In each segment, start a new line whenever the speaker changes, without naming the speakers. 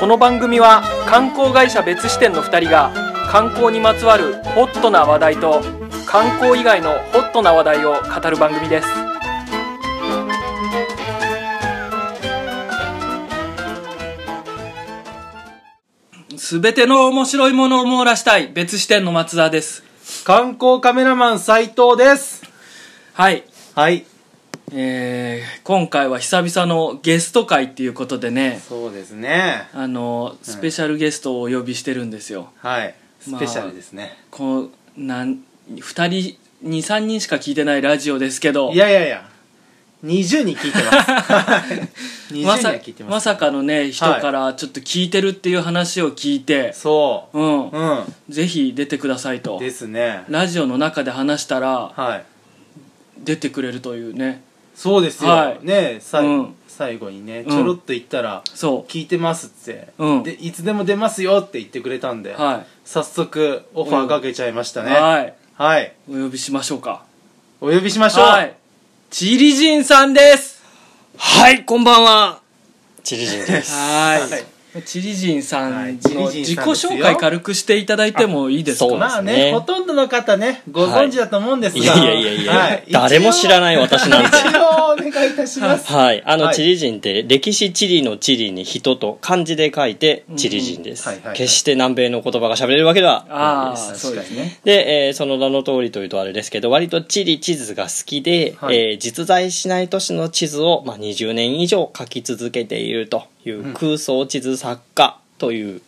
この番組は観光会社別支店の2人が観光にまつわるホットな話題と観光以外のホットな話題を語る番組ですすべての面白いものを網羅したい別支店の松田です
観光カメラマン斉藤です
はい
はい
えー今回は久々のゲスト会っていうことでね
そうですね
あのスペシャルゲストをお呼びしてるんですよ、
はいス
まあ
ペシャルですね、
こうなん2人23人しか聞いてないラジオですけど
いやいやいや20に聞いてます 20には
まさ
聞いてます
まさかのね人からちょっと聞いてるっていう話を聞いて、、
そううんうん
ぜひ出てくださいと
ですね
ラジオの中で話したら
はい
出てくれるというね
そうですよ、
はい
ねさい
うん
最後にね
うん
ちょろっと言ったら、
そ
聞いてますって、
うん
でいつでも出ますよって言ってくれたんで、
うは
早速オファーかけちゃいました
い、
ね、はい、
はいお呼びしましょうか
お呼びしましょう、
はいチリジンさんです
はい、こんばんは。チリジンです。
はい、
は
チリジンさ
は
ん
い
の
チリジン
自己
さんですよ
紹介軽くしていただいてもいいですか
あそう
まあね
そうですね
ほとんどの方ねご存知だと思うんです
い
が、
やいやいやいや、
はい
誰も知らない私なんで。
一応お願いいたし ます
はい、あの、
はい
チリジンって歴史チリのチリに人と漢字で書いてチリジンです、
うんはいはいはい
決して南米の言葉が喋れるわけでは
あ
な
あ
いです
そうですね
で、えーその名の通りというとあれですけど割と地理地図が好きで、
はい
えー実在しない都市の地図を、まあ、20年以上書き続けているという空想地図作家という、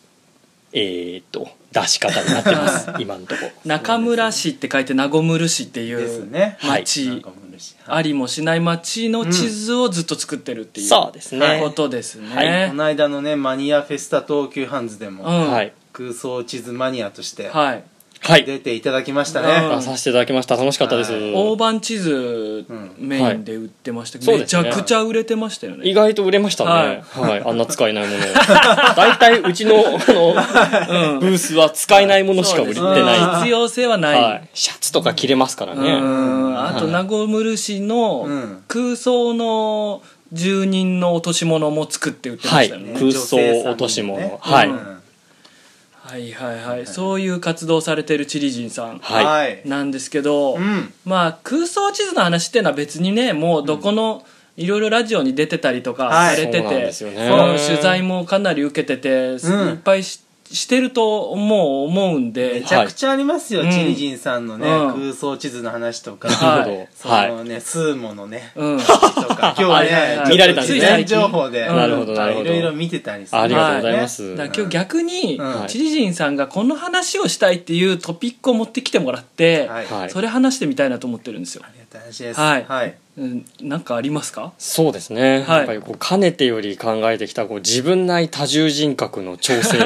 えーっと出し方になってます 今のところ
中村市って書いて名古村市って
で
い
す
う
ね
はい
町、
なんかもう嬉しい
ありもしない町の地図をずっと作ってるっていう、
そうですね
ことですね、
はい
この間のねマニアフェスタ東急ハンズで
う
も
ん
はい、
空想地図マニアとして
はい
はい、
出ていただきました
うん
ね
出させていただきました楽しかったです、
はい
大判地図
うん
メインで売ってましたけど、
はい
めちゃくちゃ売れてましたよね
意外と売れましたね、はいあんな使えないもの大体うちのあの、ブースは使えないものしか売れて
そうですね
ない、
必要性はない、
はい、シャツとか着れますから
う
ね、
んあと
はい
名古村市の
うん
空想の住人の落とし物も作って売ってま
は
し
い、
たよね、
空想落とし物、
女性
はい、
うんはい、はいはいそういう活動されてるチリジンさん
はい、
はい
なんですけど、
うん
まあ空想地図の話っていうのは別にねもうどこの、いろいろラジオに出てたりとか
は
さ
い
れて
そうなん
て、
ですよね
そう取材もかなり受けてて、
うん
いっぱいししてるともう思うん
め
で
ちゃくちゃありますよ、
はい
チリジンさんのね、
うん
空想地図の話とか、
はい
なる
そ
ほど、はい、
のね、スーモのね、
うん
話と か、今日
はいはいは
ね
い、
見られたんですね
事前情報で、
うんなるほ
どなるほど
いろいろ見てたりする
ありがとうございま
ね
す、
だから今日逆に、
うん
チリジンさんがこの話をしたいっていうトピックを持ってきてもらって、
はい、
はい
それ話してみたいなと思ってるんですよ
あ、りがたい話です。
はい
はい。
うん、なんかありますか
そうですね、
はい
やっぱりこうかねてより考えてきたこう自分内多重人格の調整について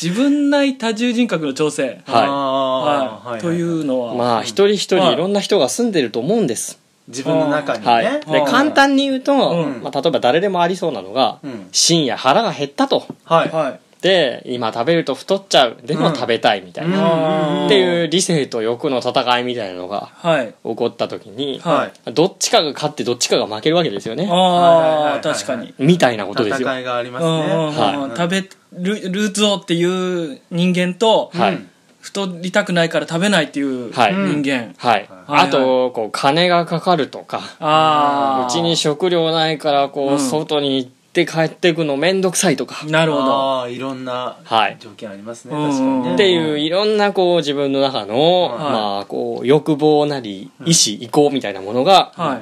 自分内多重人格の調整、
はい
あー
はいと いうのは、
まあ一人一
は
人
い
いろんな人が住んでると思うんです、
自分の中にね、
はい
うん
で簡単に言うと、
うん
まあ、例えば誰でもありそうなのが、
うん
深夜腹が減ったと
はい
はい
で今食べると太っちゃうで
う
も
ん
食べたいみたいな、
うん
っていう理性と欲の戦いみたいなのが
はい
起こった時に、
はい
どっちかが勝ってどっちかが負けるわけですよね
はいはいはい
あ
は
あ
い
確かに
みたいなことですよ
戦いがありま
う
す
んうんうん
ね
は
うん食べるルーツをっていう人間と、
はい、
うん
太りたくないから食べないっていう人
はい
間、
はい、
はい
あとこう金がかかるとか
ああ
うちに食料ないからこう、
うん
外に行って帰ってくのめんどくさいとか、
なるほど
あーいろんな
はい
条件ありますね、
うん
確かにね
っていういろんなこう自分の中の、
はい
まあこう欲望なり意思意向みたいなものが
は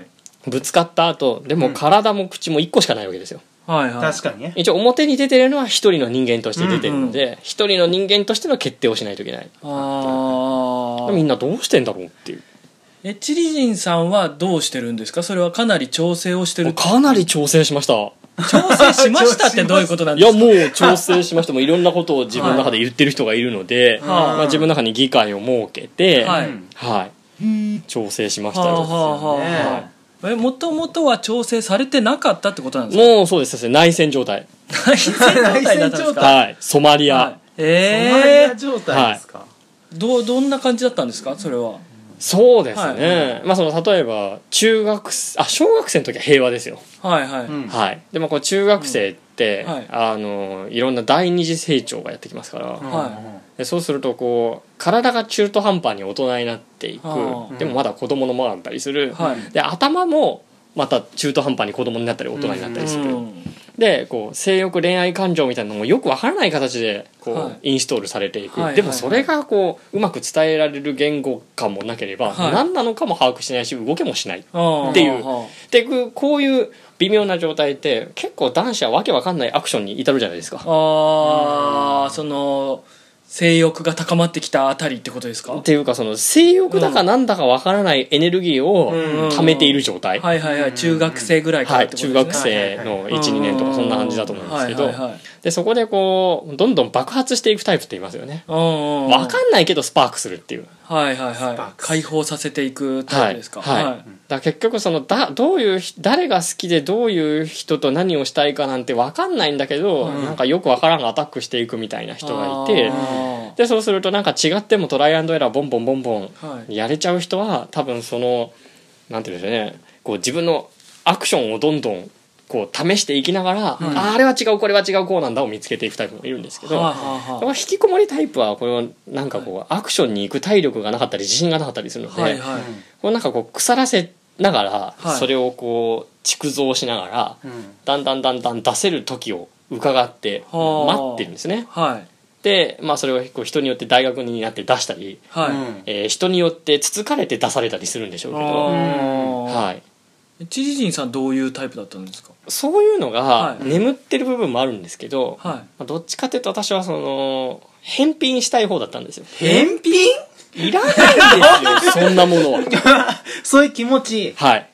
い
ぶつかった後でも体も口も1個しかないわけですよ
はいはい
確かにね
一応表に出てるのは一人の人間として出てるので一、人の人間としての決定をしないといけない
あ
み
あ
んなどうしてんだろうっていう
えチリジンさんはどうしてるんですかそれはかなり調整をしてる
かなり調整しました
調整しましたってどういうことなん
い
です
や
か
もう調整しましてもいろんなことを自分の中で言ってる人がいるので、
はい
まあ、自分の中に議会を設けて
は
はいい、調整しました
はあは
よ
あはあは
ね
あえもともとは調整されてなかったってことなんですか
もうそうですそうです内戦状態
内戦状態だったんですか
はいソマリア、
はい、
ソマリ
え
ア状態ですか、
ー、どうどんな感じだったんですかそれは
そうですね、
はい
まあその例えば中学生あ小学生の時は平和ですよ、
はいはい、
うん
はいでもこう中学生って、
うんはい
あのいろんな第二次成長がやってきますから、
は
でそうするとこう体が中途半端に大人になっていく
あー
でもまだ子供のままだったりする、
はい
で頭もまた中途半端に子供になったり大人になったりする、でこう性欲恋愛感情みたいなのもよくわからない形でこう、
はい
インストールされていく、
はい
でもそれがこううまく伝えられる言語感もなければ、
はい
何なのかも把握しないし動けもしない
っ
っていうでこうこういう微妙な状態って結構男子はわけわかんないアクションに至るじゃないですか。
ああその性欲が高まってきたあたりってことですか
っていうかその性欲だかなんだかわからないエネルギーを溜めている状態、
はいはいはい中学生ぐらいか
は
らっ
い、
てこと
中
ですね
学生の
うん
12年とかそんな感じだと思うんですけど、
はいはいはい
でそこでこうどんどん爆発していくタイプって言いますよね
うんうんうん
わかんないけどスパークするっていう、
はいはい
パ
は
ー
い
ク
解放させていくタ
は
イプ
い
ですか
はいだ
は
から結局そのだどういうひ誰が好きでどういう人と何をしたいかなんてわかんないんだけど、
うん
なんかよくわからんアタックしていくみたいな人がいて
あー
でそうするとなんか違ってもトライアンドエラーボンボンボンボン
はい
やれちゃう人は多分そのなんて言うんでしょうねこう自分のアクションをどんどんこう試していきながら、あーあれは違うこれは違うこうなんだを見つけていくタイプもいるんですけど、
はあはあ
この
は
引きこもりタイプはこのなんかこうアクションに行く体力がなかったり自信がなかったりするの
あはい
で
はい
こうなんかこう腐らせながら
はい
それをこう蓄造しながら
うん
だんだんだんだん出せる時を伺って
はあ
待ってるんですね。
はい
でまあそれをこう人によって大学になって出したり、
はい
えー人によってつつかれて出されたりするんでしょうけ
あ
ど。
ー
はい
知事陣さんどういうタイプだったんですか
そういうのが
はい
眠ってる部分もあるんですけど、
は
まあどっちかっていうと私はその返品したい方だったんですよ
返品
いらないんですよそんなものは
そういう気持ち
はい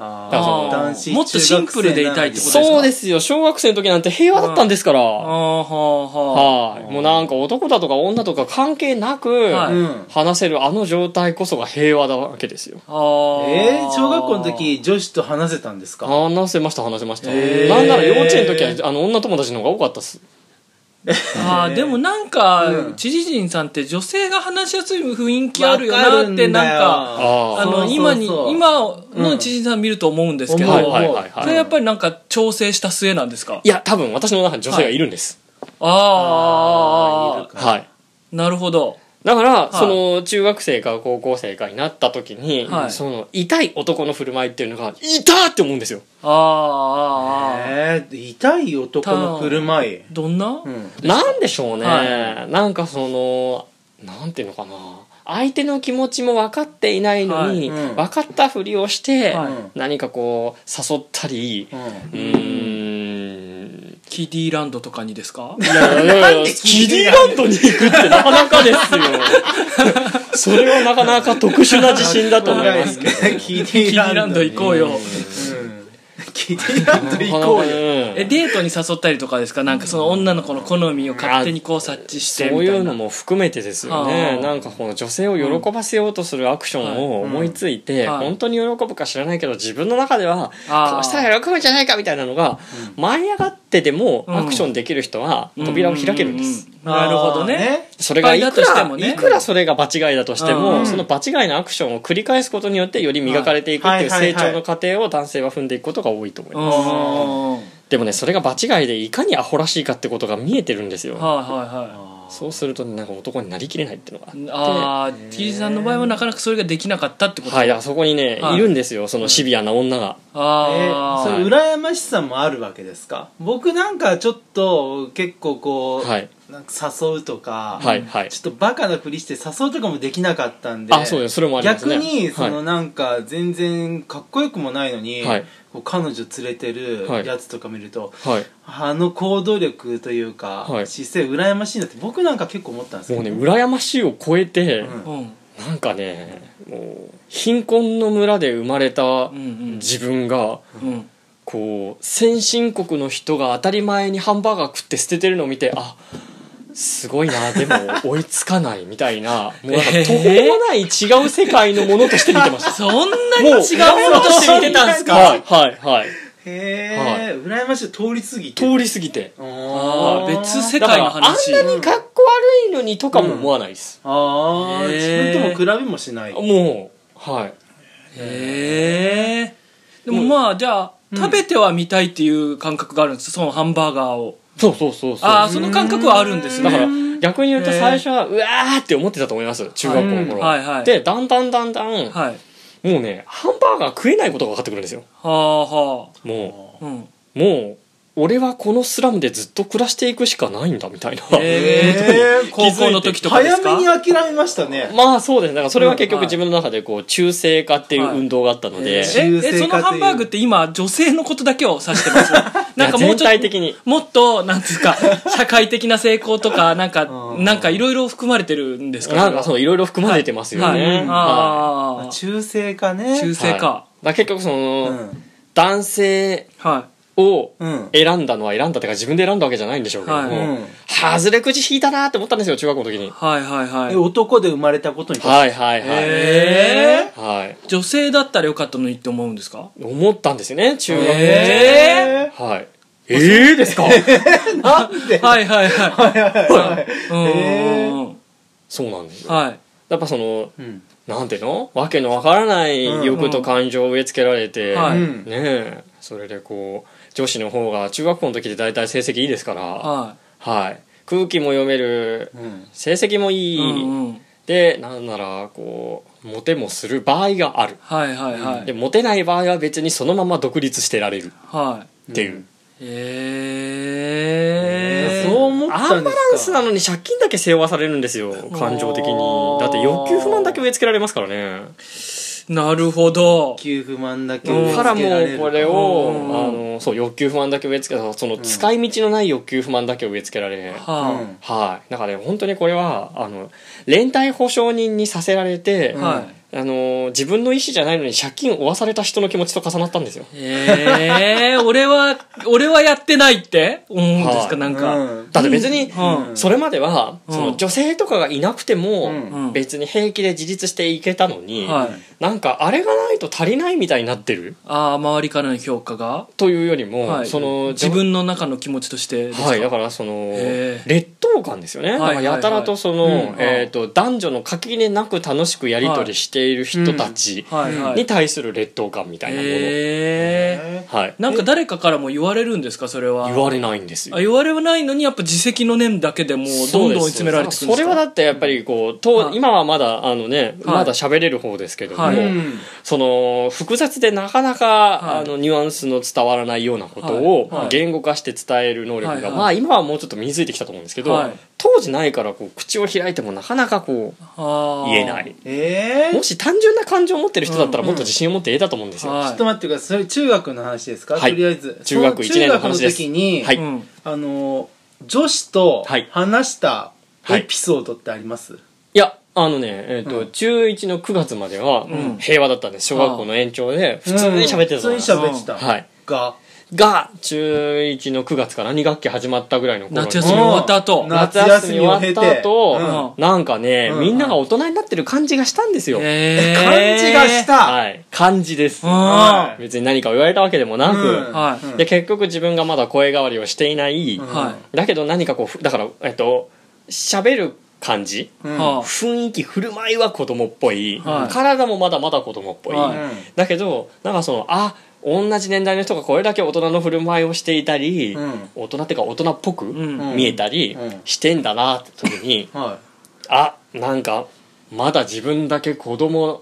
あ
だからその
ー
あ
男
ー
子
もっとシンプルでいたいってことですか
そうですよ小学生の時なんて平和だったんですから、
ああはあはあ
はいもうなんか男だとか女とか関係なく、
はい
うん
話せるあの状態こそが平和なわけですよ
あー
えー、小学校の時女子と話せたんですか
話せました話せました、
へー
なんなら幼稚園の時はあの女友達の方が多かったっす
あーでもなんか、
うん
知事陣さんって女性が話しやすい雰囲気あるよなってなんか
あ
あの
そうそうそう
今に今の知事さん見ると思うんですけど、
うん
はいはいはいはい
それやっぱりなんか調整した末なんですか
いや多分私の中に女性がいるんです、
ああ
はい
はい
なるほど
だから、
い
その中学生か高校生かになった時に、
はい
その痛い男の振る舞いっていうのが「痛っ!」って思うんですよ
あああーあー
えー、痛い男の振る舞い、
どんな、
うん、
なんでしょうね、
は
なんかそのなんていうのかな相手の気持ちも分かっていないのに、
はいうん
分かったふりをして、
はい
何かこう誘ったり
うん
うーん
キディランドとかにですか
いやいやいやキディランドに行くってなかなかです よそれはなかなか特殊な自信だと思いますけ ど
キデ
キ
ィ
デ
ラ
ィ
ン
ラ
ド
ンド行こうよ
うんキディランド行こうよ
えデートに誘ったりとかですかなんかその女の子の好みを勝手にこう察知してみたい
そう
な
いうのも含めてですよ
は
ね
あ
なんかこの女性を喜ばせようとするアクションを思いついて、
うんはい
本当に喜ぶか知らないけど自分の中では
あー
こうしたら喜ぶんじゃないかみたいなのが舞い上がってでも
うん
アクションできる人は扉を開けるんです。
うううんなるほどね
それがい
失
く
敗だとして
ら
もね
いくらそれが場違いだとして
う
も
ん
その場違いのアクションを繰り返すことによってより磨かれていくっていう
はいはい
成
はい
長の過程を男性は踏んでいくことが多いと思い
うん
ます。
はい
でもねそれが場違いでいかにアホらしいかってことが見えてるんですよ。
はいはい
そうするとねなんか男になりきれないっていうのがあ
あ
って
あ T さんの場合はなかなかそれができなかったってこと、
はい、だからそこにね、
はい
い、るんですよそのシビアな女が、
え
あ
ーそ
あ、
れ羨ましさもあるわけですか僕なんかちょっと結構こう、
はい
なんか誘うとか、
はいはい
ちょっとバカなふりして誘うとかもできなかったんで
あそうですそれもあります
逆
ね
にその
はい
なんか全然かっこよくもないのに、
はい
こう彼女連れてる
はい
やつとか見ると、
はい
あの行動力というか、
はい
姿勢羨ましいなって僕なんか結構思ったんです
もう
よ
ね羨ましいを超えて、
うん
うん
なんかねもう貧困の村で生まれた
うん
自分が
うんうん
こう先進国の人が当たり前にハンバーガー食って捨ててるのを見てあすごいなでも追いつかないみた いなもうなんか
えー
途方もない違う世界のものとして見てました
そんなに 違う
もう
ことして見てたんですか
はいはいはい
へえ、
はい
羨ましい通り過ぎて
通り過ぎて
あ
ああ別世
だか
界
ら
の話
あんなにかっこいのにとかも思わないです、
ああ
へ
自
ー
分とも比べもしない
もうはい
ええでもまあじゃあ、
うん
食べてはみたいっていう感覚があるんですそのハンバーガーを
そうそうそうそう
ああその感覚はあるんですね
だから
は
逆に言うと
へー
最初はうわーって思ってたと思います中学校の頃、
いはい
でだんだんだんだん、も
はいう
ねハンバーガー食えないことが分かってくるんですよ
はあは
も
あうん
うもう俺はこのスラムでずっと暮らしていくしかないんだみたいな、
ええ高校の時とかで
早
すか
めに諦めましたね
まあそうですねだからそれは結
うんは
局
い
自分の中でこう中性化っていう運動があったの
は
で、
い
い
え中
え
性
えそ
化
のハンバーグって今女性のことだけを指してます なん
や
かもう
全
ちょっ
体
と
的に
もっとなんつう か社会的な成功とかなんか
うん
なんかいろいろ含まれてるんですか
なんかそのいろいろ含まれてますよ
はい、
ね、は
ああ
中性かね
中
い
性
は
か
いだから結局その、
うん
男性
は
を
うん
選んだのは選んだってか自分で選んだわけじゃないんでしょうけども、
はい
うん
外れ口引いたなって思ったんですよ中学校の時に
いはいはいはい
え男で生まれたことに対し
はいはいはい、
え
はい
女性だったらよかったのにって思うんですか
思ったんですよね中学校の時、
て
ええ
はいええですか
なんで
はいはいはい
はいはいはい
うん
え
うんうん
そうなんですよ
はい
やっぱその
うん
なんていうのわけのわからない欲と感情を植え付けられ
うんう
て、
んはい
ねえそれでこう女子の方が中学校の時で大体成績いいですから、
は
はい、空気も読める
うん
成績もい
い
い、
うんうん
でなんならこうモテもする場合がある、
はいはいは
で
い
モテない場合は別にそのまま独立してられる
はい
っていう、
え
そう思っ
ア
た
ン
んで
バ
すか
ランスなのに借金だけ背負わされるんですよ感情的にだって欲求不満だけ植え付けられますからね
なるほど
給付満だけ
うん
受
か
け
ら
ら
も
れ
う
る
これ
う
を
ん
あのそう欲求不満だけ植え付けその使い道のない欲求不満だけ植え付けられ
う
は
ん
はいだからね本当にこれはあの連帯保証人にさせられて、
い
うん
はい
あの自分の意思じゃないのに借金を負わされた人の気持ちと重なったんですよ
ええ 俺は俺はやってないって思うんです
は
か
い
なんか
うん
だって別に、
うん
それまでは、
うん
その女性とかがいなくても、
うん
別に平気で自立していけたのに、
はい
なんかあれがないと足りないみたいになってる
ああ周りからの評価が
というよりも、
はい
その
自分の中の気持ちとしてですか
はい、だからその
へー
劣等感ですよね、
はいはいはい
だからやたらとその、
うん
えー、と男女の垣根なく楽しくやり取りしている人たち
はいはい
に対する劣等感みたいなもの、
ええ
え
はい、
なんか誰かからも言われるんですかそれは
言われないんですよ
あ。言われはないのにやっぱ自責の念だけでもうどんどん追い詰められてくるん
そ
で
れ
す
はだ
か
ってやっぱりこうと、
はい
今はまだあのね、
はい
まだ喋れる方ですけども、
はい
うん
その複雑でなかなか、
い
あのニュアンスの伝わらないようなことを
はいはい
言語化して伝える能力が、
はいはい
まあ今はもうちょっと身についてきたと思うんですけど、
はい
当時ないからこう口を開いてもなかなかこう
あー
言えない
えー
もし単純な感情を持ってる人だったら
うん
もっと自信を持って言えたと思うんですよ、
はい
ちょっと待ってくださいそれ中学の話ですか
はい
とりあえず
中学一年の話です
そ中学の時に
はい
うん
あの女子と
はい
話した
はい
エピソードってあります、
いやあのね、えーと
うん
中1の9月までは
ん
平和だったんです小学校の延長で普通に喋ってたと
うん
思
普
います
通に喋ってた、
はい、
が
が中1の9月から2学期始まったぐらいの頃に
夏休み終わった後
うん
夏休み終わっ
夏
た
休みを経、
後なんかね、
うん
みんなが大人になってる感じがしたんですよ、
え
感じがしたた、
はい感じです
あ
い
別に何かを言われたわけでもな
うん
く、
はい
で結局自分がまだ声変わりをしていない、
うん
は
だけど何かこうふだからえっと喋る感じ
うん
は
雰囲気振る舞いは子供っぽい、
はい
体もまだまだ子供っぽい、
はい
だけどなんかそのあ同じ年代の人がこれだけ大人の振る舞いをしていたり、
うん
大人っていうか大人っぽく
うん
見えたり
うん
してんだなって時に、
は
あなんかまだ自分だけ子供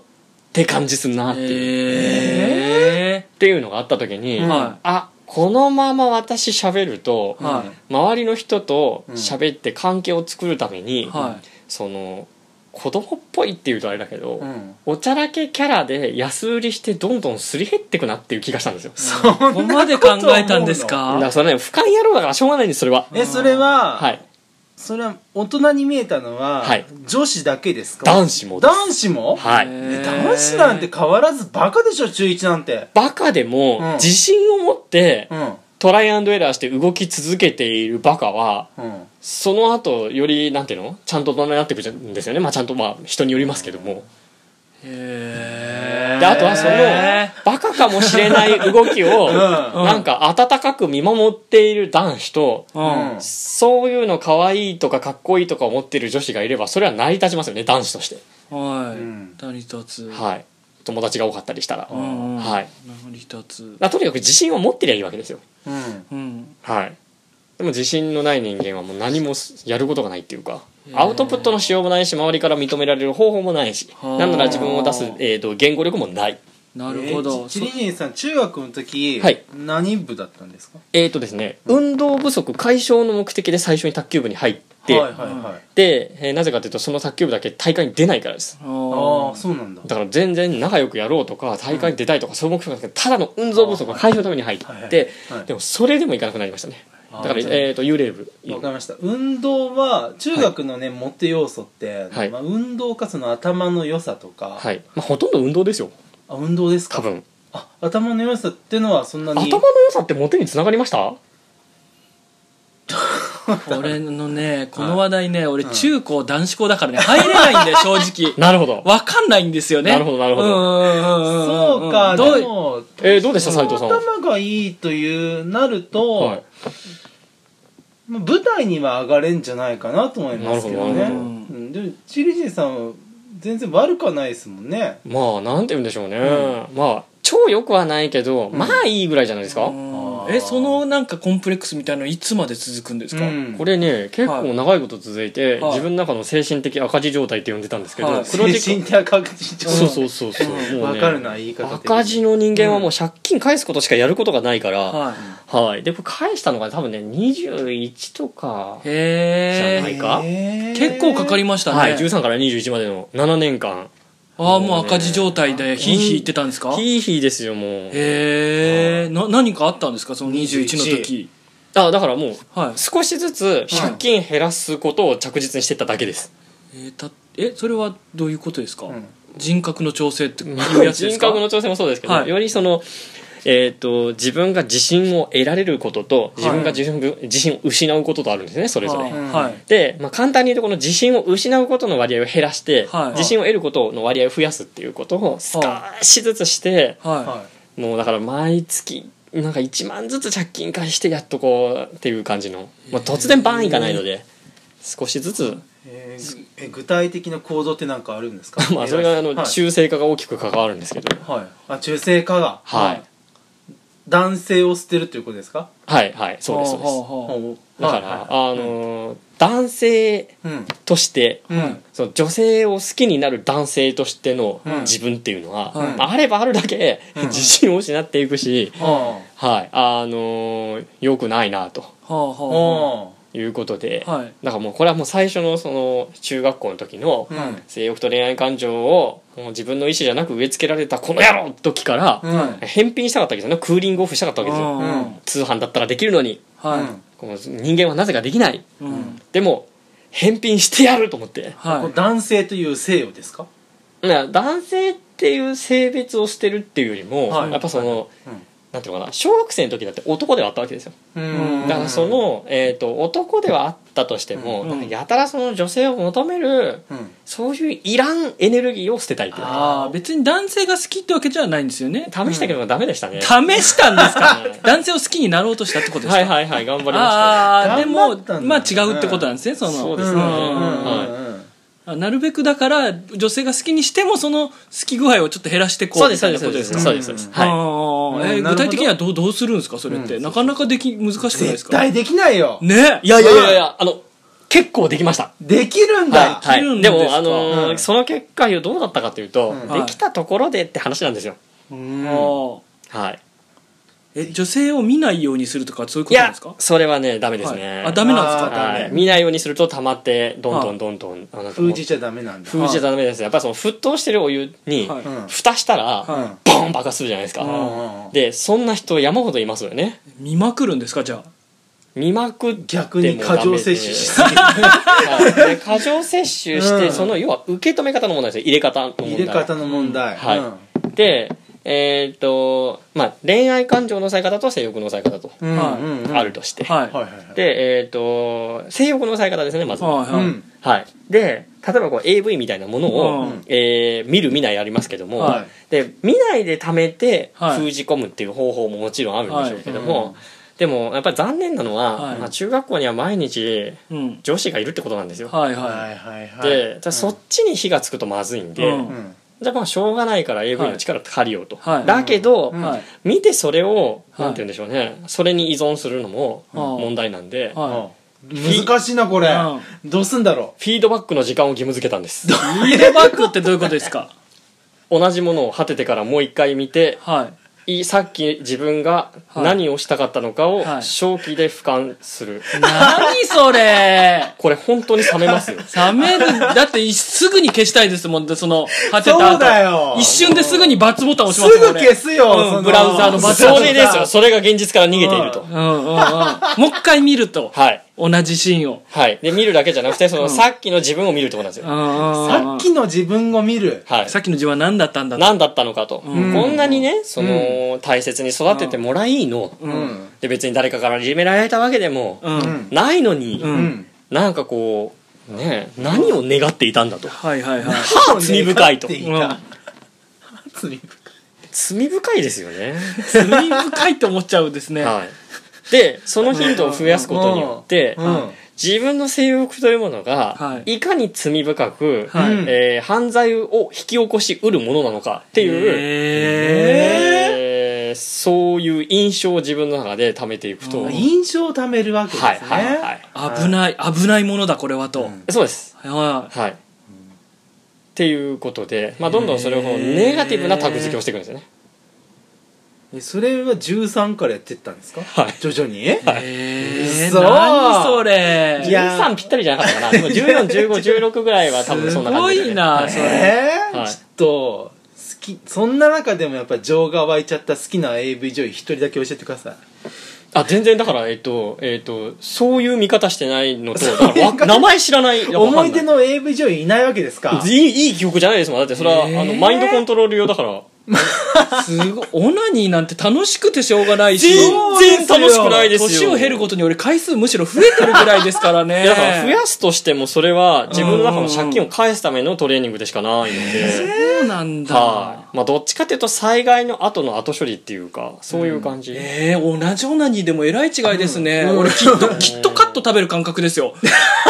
って感じすんなっていう、
え
っていうのがあった時に、
うん
は
あこのまま私喋ると、
いは
周りの人と喋って関係を作るために、
いは
その子供っぽいっていうとあれだけど、
い、うん、
おちゃらけキャラで安売りしてどんどんすり減ってくなっていう気がしたんですよ。
そんな
ここまで考えたんです
だか
から
それね不寛野郎だからしょうがないんですそれは。
えそれは、
はい、
それは大人に見えたのは、
はい
女子だけですか
男子もです
男子も、
はい、
へー
男子なんて変わらずバカでしょ中1なんて
バカでも、
うん
自信を持って、
うん
トライアンドエラーして動き続けているバカは
うん
その後よりなんていうのちゃんと大人になってくるんですよねまあちゃんとまあ人によりますけども
へ
へー
であとはそのバカかもしれない動きを、
う
なんか温かく見守っている男子と、
うん
そういうの可愛いとかかっこいいとか思ってる女子がいればそれは成り立ちますよね男子として
はい、
うん
何一つ
はい友達が多かったりしたら、
うんうん
はい
何一つ
だとにかく自信を持ってりゃいいわけですよ
うん
うん
はいでも自信のない人間はもう何もやることがないっていうかアウトプットのしようもないし周りから認められる方法もないし
はあ
なんなら自分を出す、えー、と言語力もない
なるほど、
えちちりにんさん中学の時、
はい
何部だったんですか
えーとですね運動不足解消の目的で最初に卓球部に入って、
はいはいはい、
で、えーなぜかというとその卓球部だけ大会に出ないからです
あ
あ
あそうなんだ
だから全然仲良くやろうとか大会に出たいとかそういう目標なんですけどただの運動不足を解消のために入って、
はいはいはい
でもそれでもいかなくなりましたねだから、
あ
え
ー
ー、と幽霊部
わかりました運動は中学のね、モテ要素って、
はい
まあ、運動かその頭の良さとか、
はい、まあ、ほとんど運動ですよ
あ運動ですか
多分
あ頭の良さってのはそんなに
頭の良さってモテにつながりました
俺の ねこの話題ね俺中高男子校だからね入れないん だよ正直
なるほど、
わかんないんですよね
なるほどなるほど、
ど
そうか、
どう
でも
えーどうでした斉藤さんは
頭がいいというなると、
はい
まあ舞台には上がれんじゃないかなと思いますけどね
なる
う
ほど
んでもチリジンさんは全然悪くはないですもんね
まあなんて言うんでしょうね、まあ超良くはないけどまあいいぐらいじゃないですか、
うんえそのなんかコンプレックスみたいなのいつまで続くんですか、
うん
これね結構長いこと続いて、
はい
自分の中の精神的赤字状態って呼んでたんですけど、
はい
黒字
精神的確実
そうそうそうそ
う
う、
ん
もうね
分かるな言い方的に
赤字の人間はもう借金返すことしかやることがないから、
はい
はいでこれ返したのが多分ね21とか、
へ
じゃ
え
ないか
へー
結構かかりましたね、
はい、13から21までの7年間
ああもう赤字状態でヒーヒー言ってたんですか、へ
ヒーヒーですよもう
えな何かあったんですかその21の時
あだからもう
はい
少しずつ借金減らすことを着実にしてっただけです、
えーたえそれはどういうことですか、
うん
人格の調整っていうやつです
人
か
格の調整もそうですけど、
はい
よりそのえー、と自分が自信を得られれることと自分が自信,、自信を失うこととあるんですねそれぞれ、
は
うん
はい
で、まあ、簡単に言うとこの自信を失うことの割合を減らして、
はい
自信を得ることの割合を増やすっていうことを少しずつして、
は
は
もうだから毎月なんか1万ずつ借金返してやっとこうっていう感じの、まあ、突然バーンいかないので少しずつ、
いえーぐえ具体的な構造ってなんかあるんですか
まあ、それがあ
は
の
い
中性化が大きく関わるんですけど
はいあ中性化が
はい
男性を捨てるということですか
はいはいそうですそうで
は
す
あはあは
ほう
だから、
は
あのー男性
いはいうん
として
うん
その女性を好きになる男性としての
うん
自分っていうのは、
はい
あればあるだけ
うん
自信を失っていくし、
は
はいあのー良くないなと
あはあ
あ
は
は
いうことで、
あはい
だからもうこれはもう最初のその中学校の時の
あうん
性欲と恋愛感情をもう自分の意思じゃなく植え付けられたこの野郎の時から
うん
はい
返品したかったわけですよねクーリングオフしたかったわけですよ
うん
うん
通販だったらできるのに
は
この人間はなぜかできない
いうん
でも返品してやると思って
こ
は
れ男性という性をですか
な男性っていう性別を捨てるっていうよりも、
はい
やっぱその、なんていうのかな小学生の時だって男ではあったわけですよ
うん
だからその、えー、と男ではあったとしても、
うん
なんかやたらその女性を求める
うん
そういういらんエネルギーを捨てたいって
い
いう
ああ別に男性が好きってわけじゃないんですよね
試したけどダメでしたね、
試したんですか
うん
男性を好きになろうとしたってことですか
はいはいはい頑張りました
ああで
頑張
も
ったんだ
まあ違うってことなんですねその
そうです
う
ね
ん
はい
うんうん
あなるべくだから女性が好きにしてもその好き具合をちょっと減らしてこう
そうですそうです
みた
そう
い
で
な
す
こと
そうですそうです
か
は
ああえー
うんなるほど
具体的にはどうどうするんですかそれって、
うん
なかなかでき難しくないです
絶
か
対できないよ
ね
いいやいやいやいやあの結構できました
できるんだ
はい、
できる
は
ん
い、
で
です
か
もあのー
うん
その結果どうだったかというと、
うん
できたところでって話なんですよ
うん
あー
はい
え女性を見ないようにするとかそういうこ
い
となんで
や
すか
それはねダメです
は
ね、
いあダメなんですか
あ
は
ダ
い、
メ
見ないようにすると溜まってどんどんどんどんあなんかもう
封じちゃダメなんだ
封じちゃダメですやっぱその沸騰してるお湯に
はい
うん
蓋したら
は
うん
ボーン爆発するじゃないです
う
か
んうんうん
でそんな人山ほどいますよね
見まくるんですかじゃあ
見まくっても
逆に過剰摂取しす
ダ
ぎる
メではいで過剰摂取して、
うん
その要は受け止め方の問題ですよ入れ方の問題
入れ方の問題
はい
うん
でえっ、と、まあ、恋愛感情の抑え方と性欲の抑え方と
うん
はい
うんうん
あるとして、
はい
はいはいはい
で、えっ、と、性欲の抑え方ですね、まず。は
はいはい
うん
い。で、例えばこう AV みたいなものを、
うん
えー見る見ないありますけども、
はい
で、見ないで貯めて
はい
封じ込むっていう方法ももちろんあるんでしょうけども、
はいうん
でもやっぱり残念なのは、
はい
まあ、中学校には毎日
うん
女子がいるってことなんですよ。
はい
は
はい
はいはい
で、じゃあそっちに火がつくとまずいんで、
うん
うん
じゃあまあしょうがないから AV の力借りようと、
はい
だけど、
い
うん
はい
見てそれを
はい
なんて言うんでしょうね、それに依存するのも
うん
問題なんで、フ
は
うん難しいなこれ
う
どうすんだろ
ィードバックの時間を義務付けたんです
いフィードバックってどういうことですか
同じものを果ててからもう一回見て
はい
いさっき自分が何をしたかったのかを
はい
正気で俯瞰する、
何それ
これ本当に冷 めますよ
冷めるだってすぐに消したいですもんその果てた後
そうだよ
一瞬ですぐにバツボタン
う
押し
す
ます
ぐ
もん
消すよ
うん
その
ブラウザーのバ
そ
ツボタン
れですよそれが現実から逃げていると、
俺うんうんうんもう一回見ると
はい
同じシーンを
はいで見るだけじゃなくてそのさっきの自分を見るってことなんです
う
よ、
んうんうん
さっきの自分を見る
はい
さっきの自分は何だったんだと
何だったのかと、
うん
こんなにねその、大切に育ててもらいの、
う
うんん
で別に誰かからいじめられたわけでも、
うん
うん
ないのに、
う
うんん
なんかこうね何を願っていたんだと、
はいはいはい
はあ罪深いと
罪
うん
深い
罪深いです よね、
罪深いと思っちゃうですね
はい、でその頻度を増やすことによって、
うん
自分の性欲というものが、
はい
い、かに罪深く、
はい
うん
えー犯罪を引き起こしうるものなのかっていう、
へえ
えーそういう印象を自分の中で貯めていくと、
うん
はい
印象を貯めるわけですね
はいはい
危ない危ないものだこれはと
ん
そうです
は
はい、っていうことで、まあ、どんどんそれをこうネガティブなタグ付けをしていくんですよね
えそれは13からやってったんですか
はい
徐々に
いえー
嘘
何それ
いや
13ぴったりじゃなかったかなでも141516ぐらいは多分そんな感じです
ごいなそれ
えー
はい
ちょっと好きそんな中でもやっぱ情が湧いちゃった好きな AV 女優一人だけ教えてください
あ全然だからえっとえっとそういう見方して ないのとだからわ名前知らないいやわかんな
思
い
い出の AV 女優いないわけですか
いいいい記憶じゃないですもんだってそれは、
えー
あのマインドコントロール用だから
すごいオナニーなんて楽しくてしょうがないし
全然楽しくないですよ
年を経ることに俺回数むしろ増えてるぐらいですからね
だから増やすとしてもそれは自分の中の借金を返すためのトレーニングでしかないので、
そうなんだ、
はいまあどっちかというと災害の後の後処理っていうかそういう感じ、
えー、同じオナニーでもえらい違いですね、俺き っときっとカット食べる感覚ですよ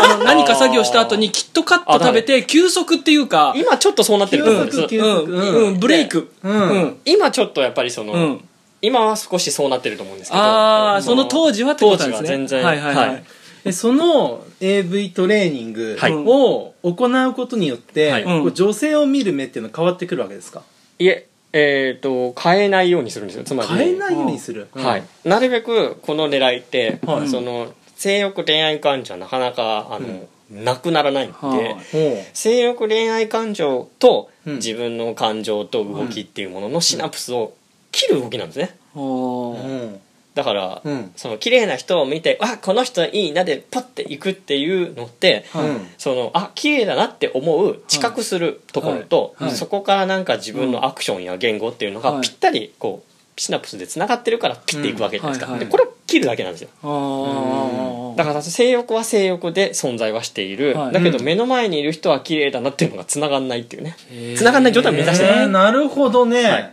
あの何か作業した後にきっとカット食べて休息っていうか
今ちょっとそうなってると思うんです
休
うん、
息休うん
うん、ブレイク
うん
うん、
今ちょっとやっぱりその、
うん
今は少しそうなってると思うんですけど
ああその当時はってことなんですね
当時は全然
はいはいはい、
はい
でその AV トレーニング
はい
を行うことによって、
はい
こ
う
うん女性を見る目っていうのは変わってくるわけですか
いええっ、と変えないようにするんですよつまり
変えないようにする、
はい、なるべくこの狙いって、
はい
その性欲恋愛感情はなかなかあの、なくならないんで、
はい
ほ
性欲恋愛感情と
うん
自分の感情と動きっていうもののシナプスを切る動きなんですね
お
う
ー
うん
だから、
うん
その綺麗な人を見て「わこの人いいな」でパッていくっていうのって、
うん
そのあ綺麗だなって思う知覚するところと、
はいはい
そこからなんか自分のアクションや言語っていうの
は
が
い
ぴったりこうシナプスでつながってるからピッていくわけじゃないですか、
うんはいはい
でこれを切るだけなんですよ
あー
だから性欲は性欲で存在はしている、
はい
だけど
うん
目の前にいる人は綺麗だなっていうのがつながんないっていうね
へー
つながんない状態を目
え
指してる
ー、なるほどね、
はい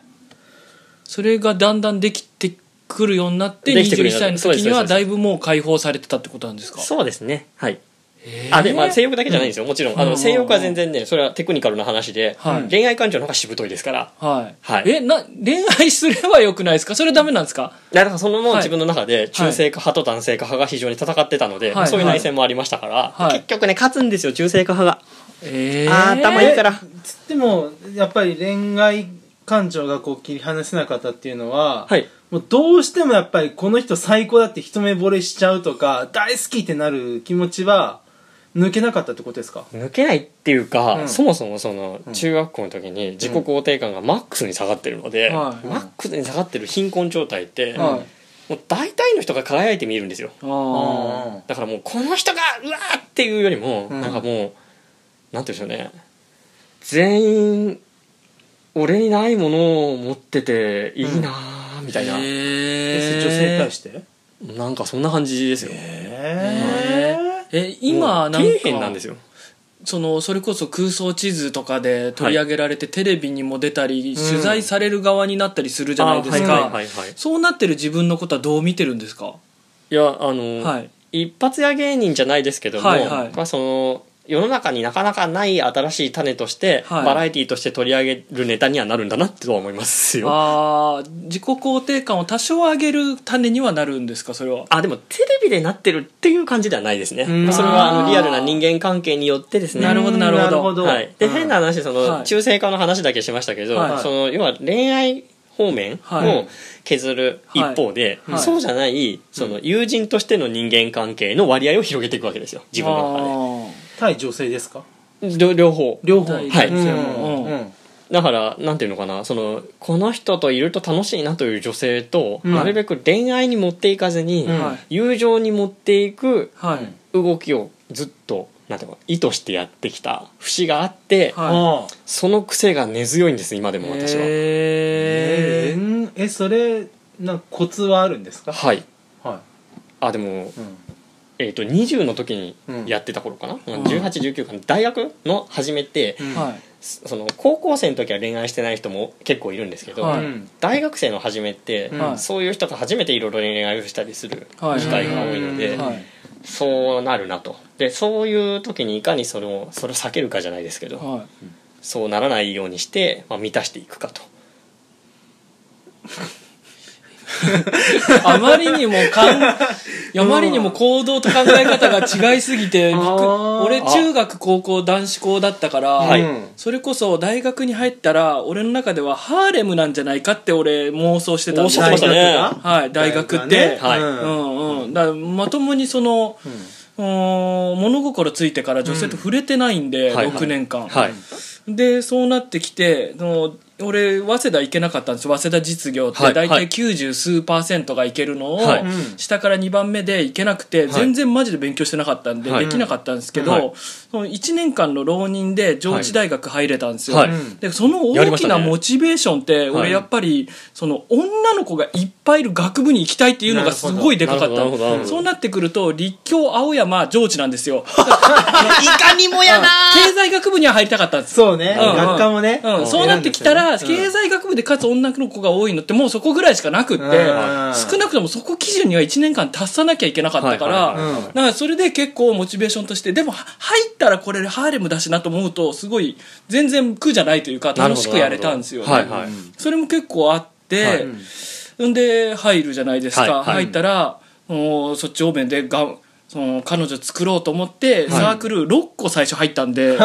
それがだんだんできてくるようになって
できてくる
21
ようにな
歳
る
の時には
そうですそうです
だいぶもう解放されてたってことなんですか
そうですねはい
へー
あでまあ、性欲だけじゃないんですよもちろんあ
うん
の性欲は全然ねそれはテクニカルな話で、
はい
恋愛感情の方がしぶといですから
はい、
はい
えな 恋愛すればよくないですかそれダメなんですか
だからそのも
は
う
い
自分の中で中性化派と男性化派が非常に戦ってたので、
はいはい
そういう内戦もありましたから、
はい
結局ね勝つんですよ中性化派が、
ええ
あー頭いいから
つってもやっぱり恋愛感情がこう切り離せなかったっていうのは、
はい
もうどうしてもやっぱりこの人最高だって一目惚れしちゃうとか大好きってなる気持ちは抜けなかったってことですか
抜けないっていうか、
うん
そもそもその中学校の時に自己肯定感がマックスに下がってるので、
はい
マックスに下がってる貧困状態っ
は
て、
い
もう大体の人が輝いて見えるんですよ
あー
だからもうこの人がうわーっていうよりも、
うん
なんかもうなんて言うんでしょうね全員俺にないものを持ってていいなーみたいな、
女
え
性に対して
なんかそんな感じですよ、
え
え今なんか
もう底辺なんですよ
そのそれこそ空想地図とかで取り上げられて、テレビにも出たり取材される側になったりするじゃないです
あーはいは
か
いはいはい
そうなってる自分のことはどう見てるんですか
いやあの、
はい
一発屋芸人じゃないですけども、
はいはい
まあ、その世の中になかなかない新しい種として、
はい
バラエティーとして取り上げるネタにはなるんだなってとは思いますよあ
あー自己肯定感を多少上げる種にはなるんですかそれは
でもテレビでなってるっていう感じではないですね、
うん
まあそれはあ
あ
の
ー
リアルな人間関係によってです
ー
ね
なるほどなるほど
はい、で、変な話その、
はい
中性化の話だけしましたけど、
はい
その要は恋愛方面
はい
を削る一方で、
はいはい
そうじゃないその友人としての人間関係の割合を広げていくわけですよ自分の中で
対女性ですか
両両方
両方
はい
うん
うん
うん
だからなんていうのかなそのこの人といると楽しいなという女性と、
うん
なるべく恋愛に持っていかずに、
うん
はい
友情に持っていく
はい
動きをずっとなんていうのか意図してやってきた節があって、
は
あー
その癖が根強いんです今で
い
も私は、
へ
え
ー
ーえそれなんかコツはあるんですか
はい
は
あでも
い、うん
えー、と20の時にやってた頃かな、
ん
1819かな大学の始めて、
うん
はい
その高校生の時は恋愛してない人も結構いるんですけど、
は
う
い
ん
大学生の初めって、
はい
そういう人と初めていろいろ恋愛をしたりする
はい
機会が多いので、
うん
はい
そうなるなとでそういう時にいかにそれをそれを避けるかじゃないですけど、
はい
そうならないようにして、まあ、満たしていくかと
あまりにもかん、あまりにも行動と考え方が違いすぎて、
あ
僕
ー
俺中学高校男子校だったから、
はい
うん
それこそ大学に入ったら、俺の中ではハーレムなんじゃないかって俺妄想してたんです
妄想
よ
し。てましたね
大学が
はい、大学って。
大
はい
うん
うんうん。だからまともにその、うーん物心ついてから女性と触れてないんで、
うんはいはい
6年間、
はい、
でそうなってきてその俺早稲田行けなかったんですよ早稲田実業って
はい
大
は
体
い
90数パーセントが行けるのを
はいうん
下から2番目で行けなくて
い
全然マジで勉強してなかったんで
はい
できなかったんですけ
はい
どその1年間の浪人で上智大学入れたんですよ
はい
うん
でその
やり
大
まし
き
た
な
ね
モチベーションって
は
俺
い
やっぱりその女の子がいっぱいいる学部に行きたいっていうのがすごいでかかった
なるほどなるほどなるほど
そうなってくると立教青山上智なんですよ いかにもやな経済学部には入りたかったんです
そうね、
うんうん
学科もね、
うん、そうなってきたら、経済学部でかつ女の子が多いのってもうそこぐらいしかなくって、
うん
少なくともそこ基準には1年間達さなきゃいけなかったから、
はいはい
は
だ
い
からそれで結構モチベーションとして、でもは入ったらこれハーレムだしなと思うと、すごい全然苦じゃないというか、楽しくやれたんですよ、
はいはい
それも結構あって、
はい
んで入るじゃないですか、
はいはい
入ったらもうそっち方面でがんその彼女作ろうと思って、サークル6個最初入ったんで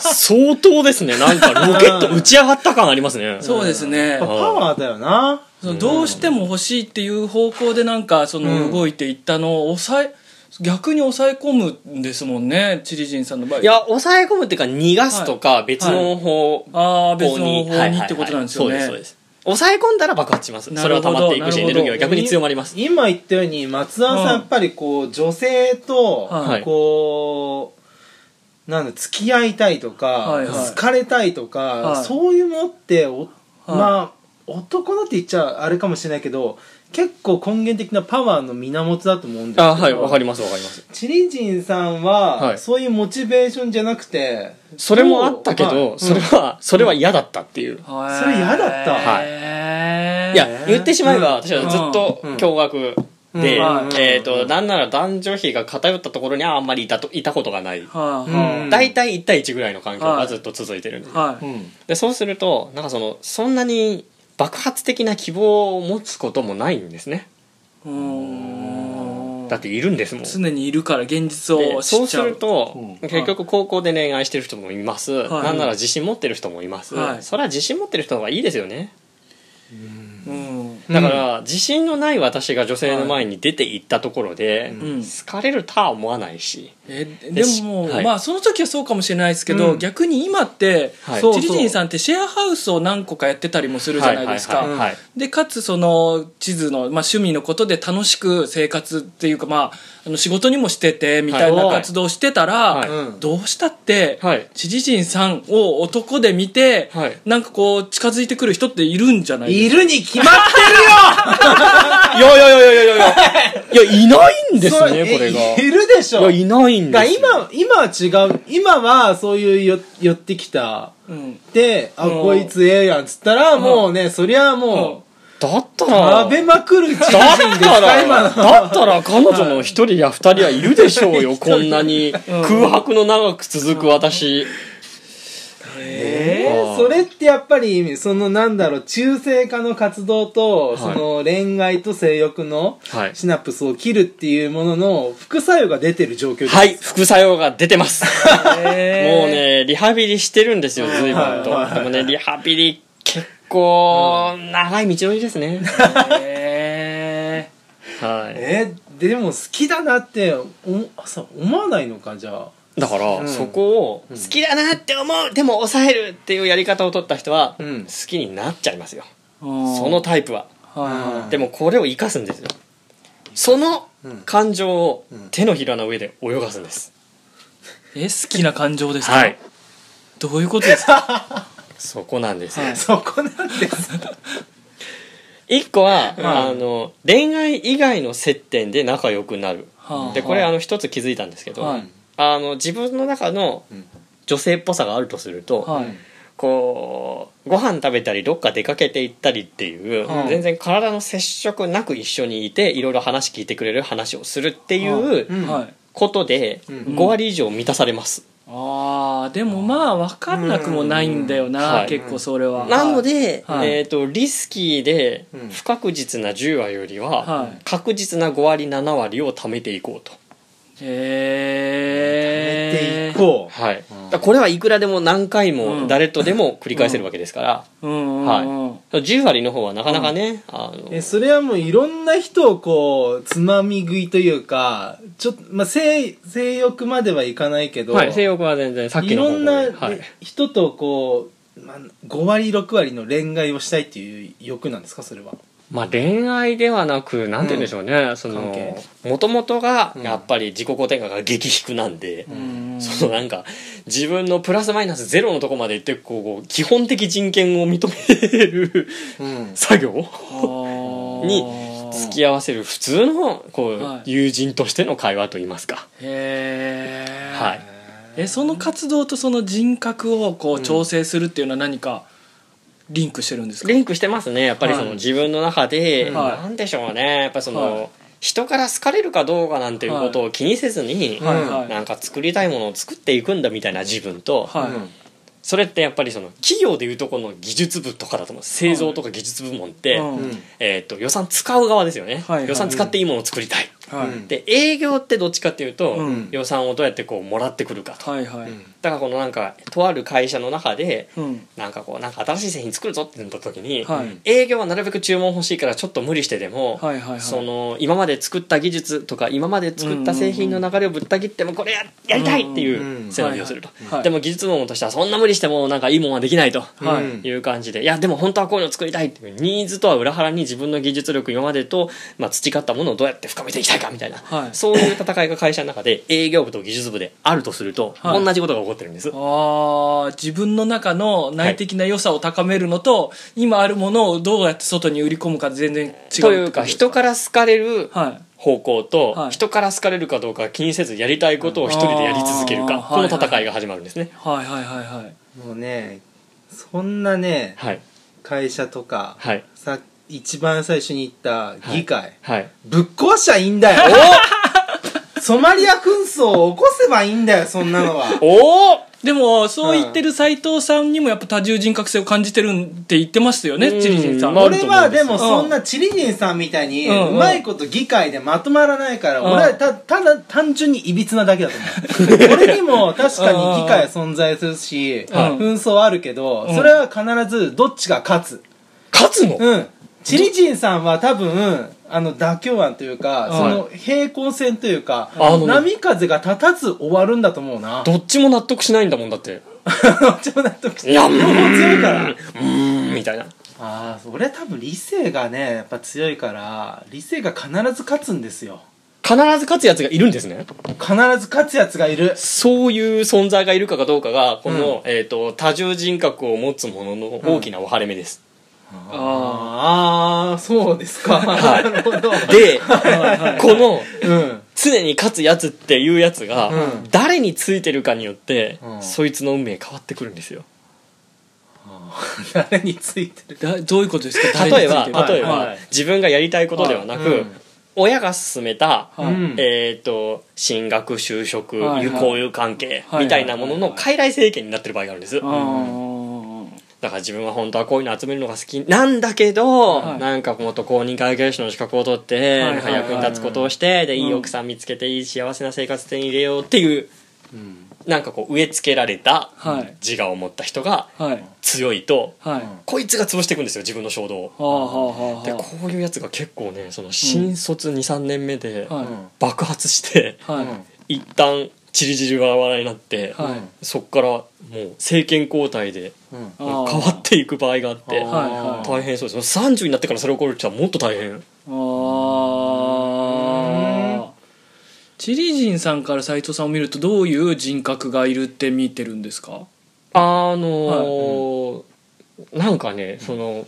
相当です ねなんかロケット打ち上がった感ありますね
そうですね、
やっぱパワーだよな
そのどうしても欲しいっていう方向でなんかその動いていったのを抑え逆に抑え込むんですもんねチリジンさんの場合
いや抑え込むっていうか逃がすとか別の方
ああ別
方
の
に
方にってことなんですよね、
はいはいはいそうですそうです抑え込んだら爆発します
な
それ
るほ
は
ど
溜まっていくしエ
な
ネ
るほど
ルギーは逆に強まります
い今言ったように松田さん
うん
やっぱりこう女性と
はい
こうなんだ付き合いたいとか
はいはい
好かれたいと
は
か
い
そういうものってお
はい
まあ男のって言っちゃあれかもしれないけど結構根源的なパワーの源だと思うんです
あはいわかりますわかります
チリジンさん
は
はいそういうモチベーションじゃなくて
それもあったけど
そう
それはそれは嫌だったっていう
はい
それ嫌だった
はい
へー
いや言ってしまえば私はずっと
うん
驚愕で
うん
うん
えっとなんなら男女比が偏ったところにはあんまりいたといたことがない
はい
うん
大体1対1ぐらいの環境がずっと続いてるんです
は
う
い
ん
でそうするとなんかそのそんなに爆発的な希望を持つこともないんですね
うん
だっているんですもん
常にいるから現実を
で
知
そ
っ
う
ち
す
ゃう
ると、
うん
結局高校で恋愛してる人もいます、
はい
なんなら自信持ってる人もいます、
はい
それは自信持ってる人の方がいいですよね、
うん
だから自信のない私が女性の前に出て行ったところで、
うん
うん
好かれるとは思わないし、
え
で
で
し
も、
はい
まあその時はそうかもしれないですけど、
うん
逆に今って、
はい
そう
チリジンさんってシェアハウスを何個かやってたりもするじゃないですか、
はいはいはいはい
でかつその地図の、まあ、趣味のことで楽しく生活っていうか、まあ、あの仕事にもしててみたいな
はい
活動をしてたら、
はい
うん
どうしたって、
はい
チリジンさんを男で見て、
はい
なんかこう近づいてくる人っているんじゃないですか
いるに決まって
いやいやいやいやいやい やいやいないんです
る
ねこれが
いるでしょ
いやいないん
だ
で
から
すよ
今今は違う今はそういうよ寄ってきた
うん
であ
うん
こいつええやんっつったらもうねそりゃも
だった
う
ら
食べまくる知人です
だった、
から今の
だったら彼女の一人や二人はいるでしょうよ、こんなに空白の長く続く私。
え
あ
ー
ー
それってやっぱりそのなんだろう中性化の活動と
い
その恋愛と性欲の
はい
シナプスを切るっていうものの副作用が出てる状況です
はい、副作用が出てます。
え
もうね、リハビリしてるんですよ、随分
はいはい
と。
はい
でもね、リハビリ結構、長い道のりですね。
ーえ
はい。
えーでも好きだなっておさ思わないのかじゃあ
だから、
うん
そこを、好きだなって思う、でも抑えるっていうやり方を取った人は、
うん
好きになっちゃいますよ。
ー
そのタイプは。
はいはい
でもこれを生かすんですよその
うん
感情を
ん
手のひらの上で泳がすんです、
え好きな感情ですか、
はい
どういうことですか
そこなんですよ、
はい
そこなんです
一個は、あの恋愛以外の接点で仲良くなる
はあ
でこれあの一つ気づいたんですけど、
はい
あの自分の中の
ん
女性っぽさがあるとすると、
はい
こうご飯食べたりどっか出かけて行ったりっていう、
はい
全然体の接触なく一緒にいていろいろ話聞いてくれる話をするっていう
うん
はい
ことで、
うん
5割以上満たされます、
あーでもまあ分かんなくもないんだよ
うん
な、
はい
結構それは、
なので、
はい
えー、とリスキーで
うん
不確実な10話より
は
はい確実な5割7割を貯めていこうと、
へえ
ていこう
はい
うん
だからこれはいくらでも何回
う
も
ん
誰とでも繰り返せるわけですから、
うんうんうん、
は10割の方はなかなかね、あの
えそれはもういろんな人をこうつまみ食いというかちょっと、まあ、性性欲まではいかないけど、
はい、性欲は全然さっき
い
の
ろ
方
んな
向ではい
で人とこう、まあ、5割6割の恋愛をしたいっていう欲なんですかそれは
まあ、恋愛ではなくなんて言うんでしょうね、そ
関
の
係
もともとが
うん
やっぱり自己肯定感が激低なんで、
うんうん
そのなんか自分のプラスマイナスゼロのとこまでいってこう基本的人権を認める
うん
作業
あー
に付き合わせる普通のこう、
はい
友人としての会話といいますか、
へえ、
はい、
えその活動とその人格をこう調整するっていうのは何かリンクしてるんですか、
リンクしてますねやっぱりそ
は
の
い
自分の中で、
はい
なんでしょうねやっぱその、
はい
人から好かれるかどうかなんていうことを気にせずに、
はい
はい
なんか作りたいものを作っていくんだみたいな自分と、
はい、
それってやっぱりその企業でいうとこの技術部とかだと思う製造とか技術部門って、
うん
うん
えー、と予算使う側ですよね、
はいはい
予算使っていいものを作りたい、
はい、
うん
で営業ってどっちかっていうと、
うん
予算をどうやってこうもらってくるかと
はいはい
だからこのなんかとある会社の中で
うん
なんかこうなんか新しい製品作るぞってなった時に、
はい
営業はなるべく注文欲しいからちょっと無理してでも、
はいはいはい
その今まで作った技術とか今まで作った製品の流れをぶった切ってもこれややりたいって
うんう
いうんセナリオをすると、
はいはいはい
でも技術部門としてはそんな無理してもなんかいいもんはできないと。
はい
うん
いう感じでいやでも本当はこういうの作りたいっていうニーズとは裏腹に自分の技術力今までと、まあ、培ったものをどうやって深めていきたいかみたいな、
はい
そういう戦いが会社の中で営業部と技術部であるとすると、
はい
同じことが起こってるんです
あー自分の中の内的な良さを高めるのと、今あるものをどうやって外に売り込むか全然違うってこと
いうか人から好かれる
はい
方向と、
はい
人から好かれるかどうか気にせずやりたいことを一人でやり続ける
あ
か
ー
この
はいはい
戦いが始まるんですね
はいはいはいはい
もうねそんなね
はい
会社とか、
はい
さ一番最初に行った議会、
はい
ぶっ壊しゃいいんだよ ソマリア紛争を起こせばいいんだよそんなのは
おお
でもそう言ってる斎藤さんにもやっぱ多重人格性を感じてるんって言ってましたよね
うん
チリジンさん、
まあ
は
る
俺
と思う
は
んです
でも
よ
そんなチリジンさんみたいに
うんうん
うまいこと議会でまとまらないから
うん
俺はたただ単純にいびつなだけだと思う俺にも確かに議会は存在するし
うん
紛争はあるけど
うん
それは必ずどっちが勝つ
勝つの
うんチリジンさんは多分あの妥協案というか、
はい
その平行線というか
あの
波風が立たず終わるんだと思うな
どっちも納得しないんだもんだって
ど っちも納得して
いや
両方強いから
うーんみたいな
ああ俺は多分理性がねやっぱ強いから理性が必ず勝つんですよ
必ず勝つやつがいるんですね
必ず勝つやつがいる
そういう存在がいるかどうかがこの、
う
えー、と多重人格を持つものの大きな分かれ目です、
あ
ああそうですか、
はい
なるほど
で、この
うん
常に勝つやつっていうやつが、
うん
誰についてるかによって、
うん
そいつの運命変わってくるんですよ
誰についてる
あだどういうことですか
例え
誰
ば
について
例えば、
はいはい
自分がやりたいことではなく、
うん
親が勧めた、
はい
うん
えっ、と進学就職、
はいはい
交友関係、
はいはい
みたいなものの傀儡政権になってる場合があるんです、
あー
だから自分は本当はこういうの集めるのが好きなんだけど、
はい
なんかもっと公認会計士の資格を取って、
はいはいはい
なんか役に立つことをしてで、
うん
いい奥さん見つけていい幸せな生活手に入れようっていう、なんかこう植え付けられた
はい
自我を持った人が
はい
強いと、
はい
こいつが潰していくんですよ自分の衝動を。
はあはあはあはあ
でこういうやつが結構ねその新卒23年目で
はい
爆発して、
はい
一旦チリチリ笑笑いになって、
はい
そっからもう政権交代で
うんうん
あ
変
ー
わっていく場合があって。
はいはい
大変そうですよ30になってからそれ起こるって言ったらもっと大変
ああチリ人さんから斎藤さんを見るとどういう人格がいるって見てるんですか
あのーなんかねその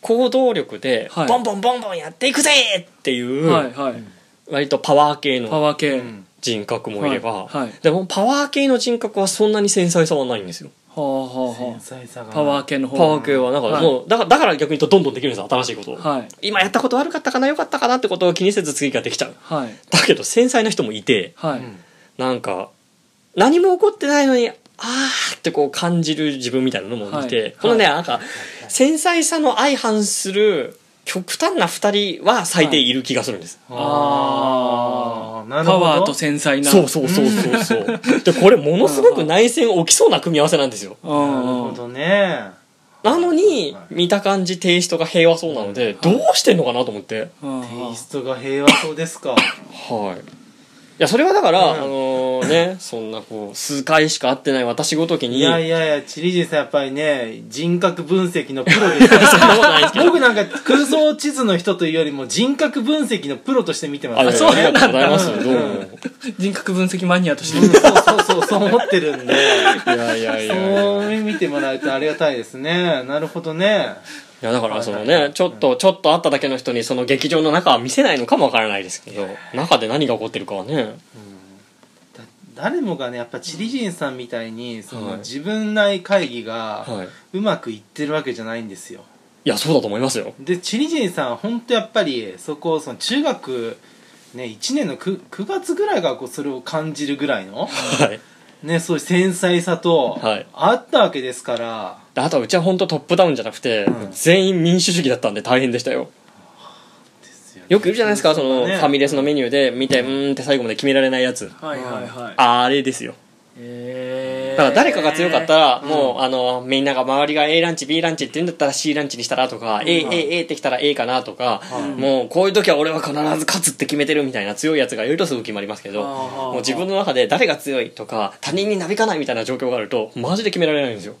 行動力で
はい
ボンボンボンボンやっていくぜっていう、
はいはい
割とパワー系
パ
の
ワー系
ん
人格もいれば、
はいはい
でもパワー系の人格はそんなに繊細さはないんですよ
はあはあは
繊細さ
あ
が
パワー系の方
パワー系はなんか
はい
もうだからだから逆に言うとどんどんできるんですよ新しいことを、
はい
今やったこと悪かったかな良かったかなってことを気にせず次ができちゃう
はい
だけど繊細な人もいて、
は
う
い
ん
なんか何も起こってないのにあーってこう感じる自分みたいなのもいて、
はい
このね、なんか繊細さの相反する極端な2人は最低いる気がするんです、
あーなる
パ
ほど
ワーと繊細な
そうそうそうそうそう でこれものすごく内戦起きそうな組み合わせなんですよ
う
なる
んう
ほ
ん
どね
なのに
はい
見た感じテイストが平和そうなのでどうしてんのかなと思って
うん
テイストが平和そうですか
はいいやそれはだから、
うん
あのねそんなこう数回しか会ってない私ごときに
いやいやいやチリジンさんやっぱりね人格分析のプロです
そんなことないですけど
僕なんか空想地図の人というよりも人格分析のプロとして見てます
あ
ね
そうありがとうございます
うん
どうも
人格分析マニアとし
うん
て
そうそうそうそう思ってるんで
いやいやいやい
そう見てもらうとありがたいですねなるほどね
やだからそのねちょっとちょっと会っただけの人にその劇場の中は見せないのかもわからないですけど中で何が起こってるかはね
だ誰もがねやっぱチリジンさんみたいにそ
はい
の自分内会議が
はいう
まくいってるわけじゃないんですよ
いやそうだと思いますよ
でチリジンさん本当やっぱりそこその中学ね1年の 9, 9月ぐらいがこうそれを感じるぐらいの
はい
ねそういう繊細さと
はい
あったわけですから、
であとはうちは本当トップダウンじゃなくて
うん
全員民主主義だったんで大変でしたよよくいるじゃないですかそのファミレスのメニューで見てうーんって最後まで決められないやつ
はいはいはい
あれですよ
え
だ
ー
から誰かが強かったらもうあのみんなが周りが A ランチ B ランチって言うんだったら C ランチにしたらとか AAA ってきたら A かなとかもうこういう時は俺は必ず勝つって決めてるみたいな強いやつがいるとすぐ決まりますけど
あー
もう自分の中で誰が強いとか他人になびかないみたいな状況があるとマジで決められないんですよ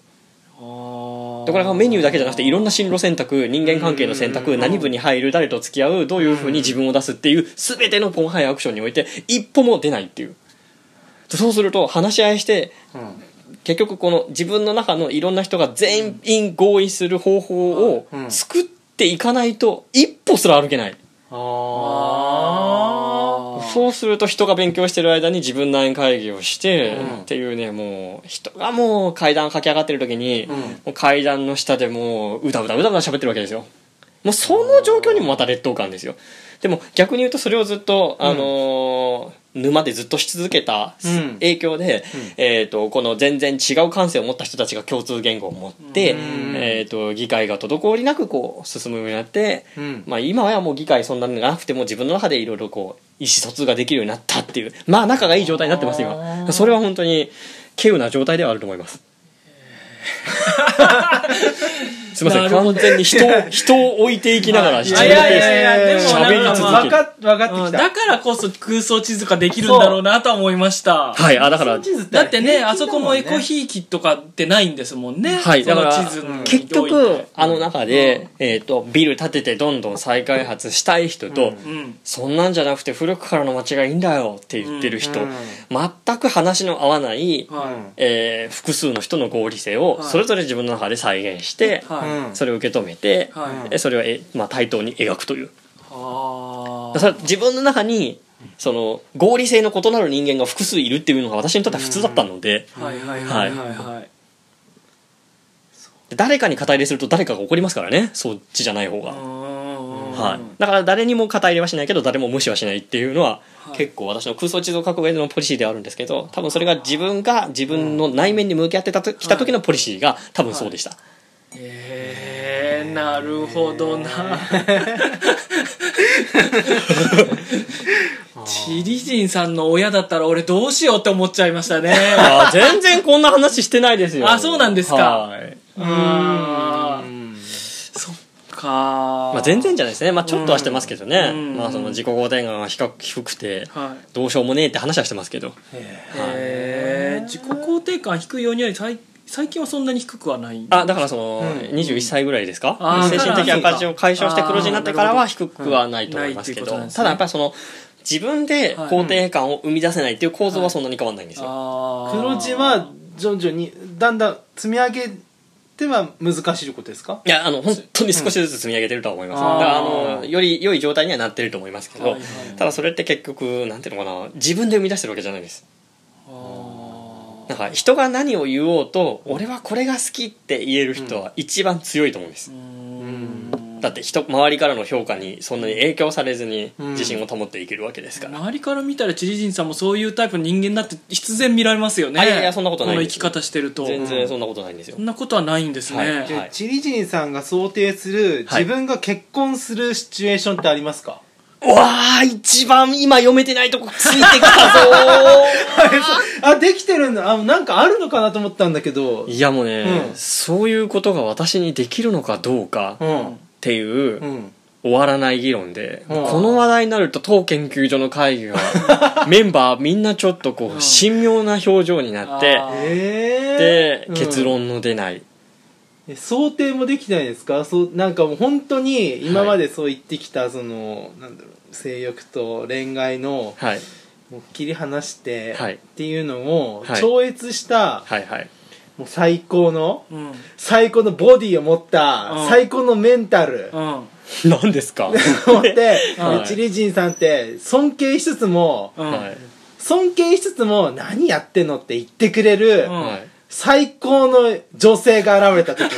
あ
だからメニューだけじゃなくていろんな進路選択人間関係の選択何部に入る誰と付き合うどういうふうに自分を出すっていう全てのポンハイアクションにおいて一歩も出ないっていうそうすると話し合いして
うん
結局この自分の中のいろんな人が全員合意する方法を
うん
作っていかないと一歩すら歩けない、
あ
あ
そうすると人が勉強してる間に自分の会議をして、
うん
っていうねもう人がもう階段駆け上がってる時に、
うん
もう階段の下でもううだうだうだうだ喋ってるわけですよもうその状況にもまた劣等感ですよでも逆に言うとそれをずっと、あのー沼でずっとし続けた
うん
影響で、
ん
えー、とこの全然違う感性を持った人たちが共通言語を持って、
うん
えー、と議会が滞りなくこう進むようになって、
うん
まあ、今はもう議会そんなのがなくても自分の中でいろいろこう意思疎通ができるようになったっていうまあ仲がいい状態になってます今それは本 当に稀有な状態ではあると思いますすいませ
なんるほ
完
ど
全に人を人を置いていきながら
い
し
や
や
い
い
てる
や
や
い
い
です
や
や
い
い
や
やでもなんか
分かっ分かって
う
き
ん
た
だからこそ空想地図ができるんだろうなとは思いました
はいあだから
地図
だってねあそこもエ
平
コ
均
ひいきとかってないんですもんね
はいだから
その地図において
結局あの中で、えー、とビル建ててどんどん再開発したい人と、
うん
そんなんじゃなくて古くからの街がいいんだよって言ってる人、
うん
全く話の合わない、
だもん
は
ね
えー複数の人の合理性を
はい
それぞれ自分の中で再現して、
いはい
うん
それを受け止めて、
はい
うん
えそれをえ、まあ、対等に描くという
あ
それは自分の中にその合理性の異なる人間が複数いるっていうのが私にとっては普通だったので、
あはいはいはいはいはい
誰かに肩入れすると誰かが怒りますからねそっちじゃない方が、は、
はい
だから誰にも肩入れはしないけど誰も無視はしないっていうのは
はい
結構私の空想地図を書く上でのポリシーではあるんですけど多分それが自分が自分の内面に向き合ってたときた時のポリシーが多分そうでした、
えー、なるほど なチリ人さんの親だったら俺どうしようって思っちゃいましたね
あー全然こんな話してないですよ
あそうなんですか
はい
あ
う
ー
ん
そっか
まあ、全然じゃないですね、まあ、ちょっとはしてますけどね、
うん
まあ、その自己肯定感が比較低くて
はい
どうしようもねえって話はしてますけど
えー、自己肯定感低いようには最最近はそんなに低くはない
あだからその、
うん
21歳ぐらいですか、
あー
精神的赤字を解消して黒字になってから
あ
は低くはないと思います
な
け
いっていうこと
ど、
なんですね
ただやっぱりその自分で
はい
肯定感を生み出せないっていう構造はそんなに変わんないんですよ、
あー
黒字は徐々にだんだん積み上げては難しいことですか
いやあの本当に少しずつ積み上げてるとは思います、
うん
だからあ
あ
のより良い状態にはなってると思いますけど、
はいはい
ただそれって結局なんていうのかな自分で生み出してるわけじゃないです
あー
なんか人が何を言おうと俺はこれが好きって言える人は一番強いと思うんです
う、ん
だって人周りからの評価にそんなに影響されずに
うん
自信を保っていけるわけですから、
周りから見たらチリ人さんもそういうタイプの人間だって必然見られますよね
あいやいやそんなことない
この
で
生
す
き方してると
全然そんなことないんですよ
そんなことはないんですね、
はい
でチリジンさんが想定する
はい
自分が結婚するシチュエーションってありますか、
わあ一番今読めてないとこついてきた ぞ
あできてるんだあなんかあるのかなと思ったんだけど
いやもうね、
うん
そういうことが私にできるのかどうか
う
っ
ん
ていう、
うん
終わらない議論で、
うん
この話題になると当研究所の会議が メンバーみんなちょっとこう神妙な表情になって、
あ
え
で
ー、うん
結論の出ない、
え想定もできてないですかそうなんかもう本当に今までそう言ってきたその、なんだろう性欲と恋愛の
はい
もう切り離して
はい
っていうのを
はい
超越した
はいはい
もう最高の
うん
最高のボディを持った
うん
最高のメンタル
うんうん
何ですか、
を持って
はい
チリジンさんって尊敬しつつも
はい
尊敬しつつも何やってんのって言ってくれ
う
る
ん
はい
最高の女性が現れた 時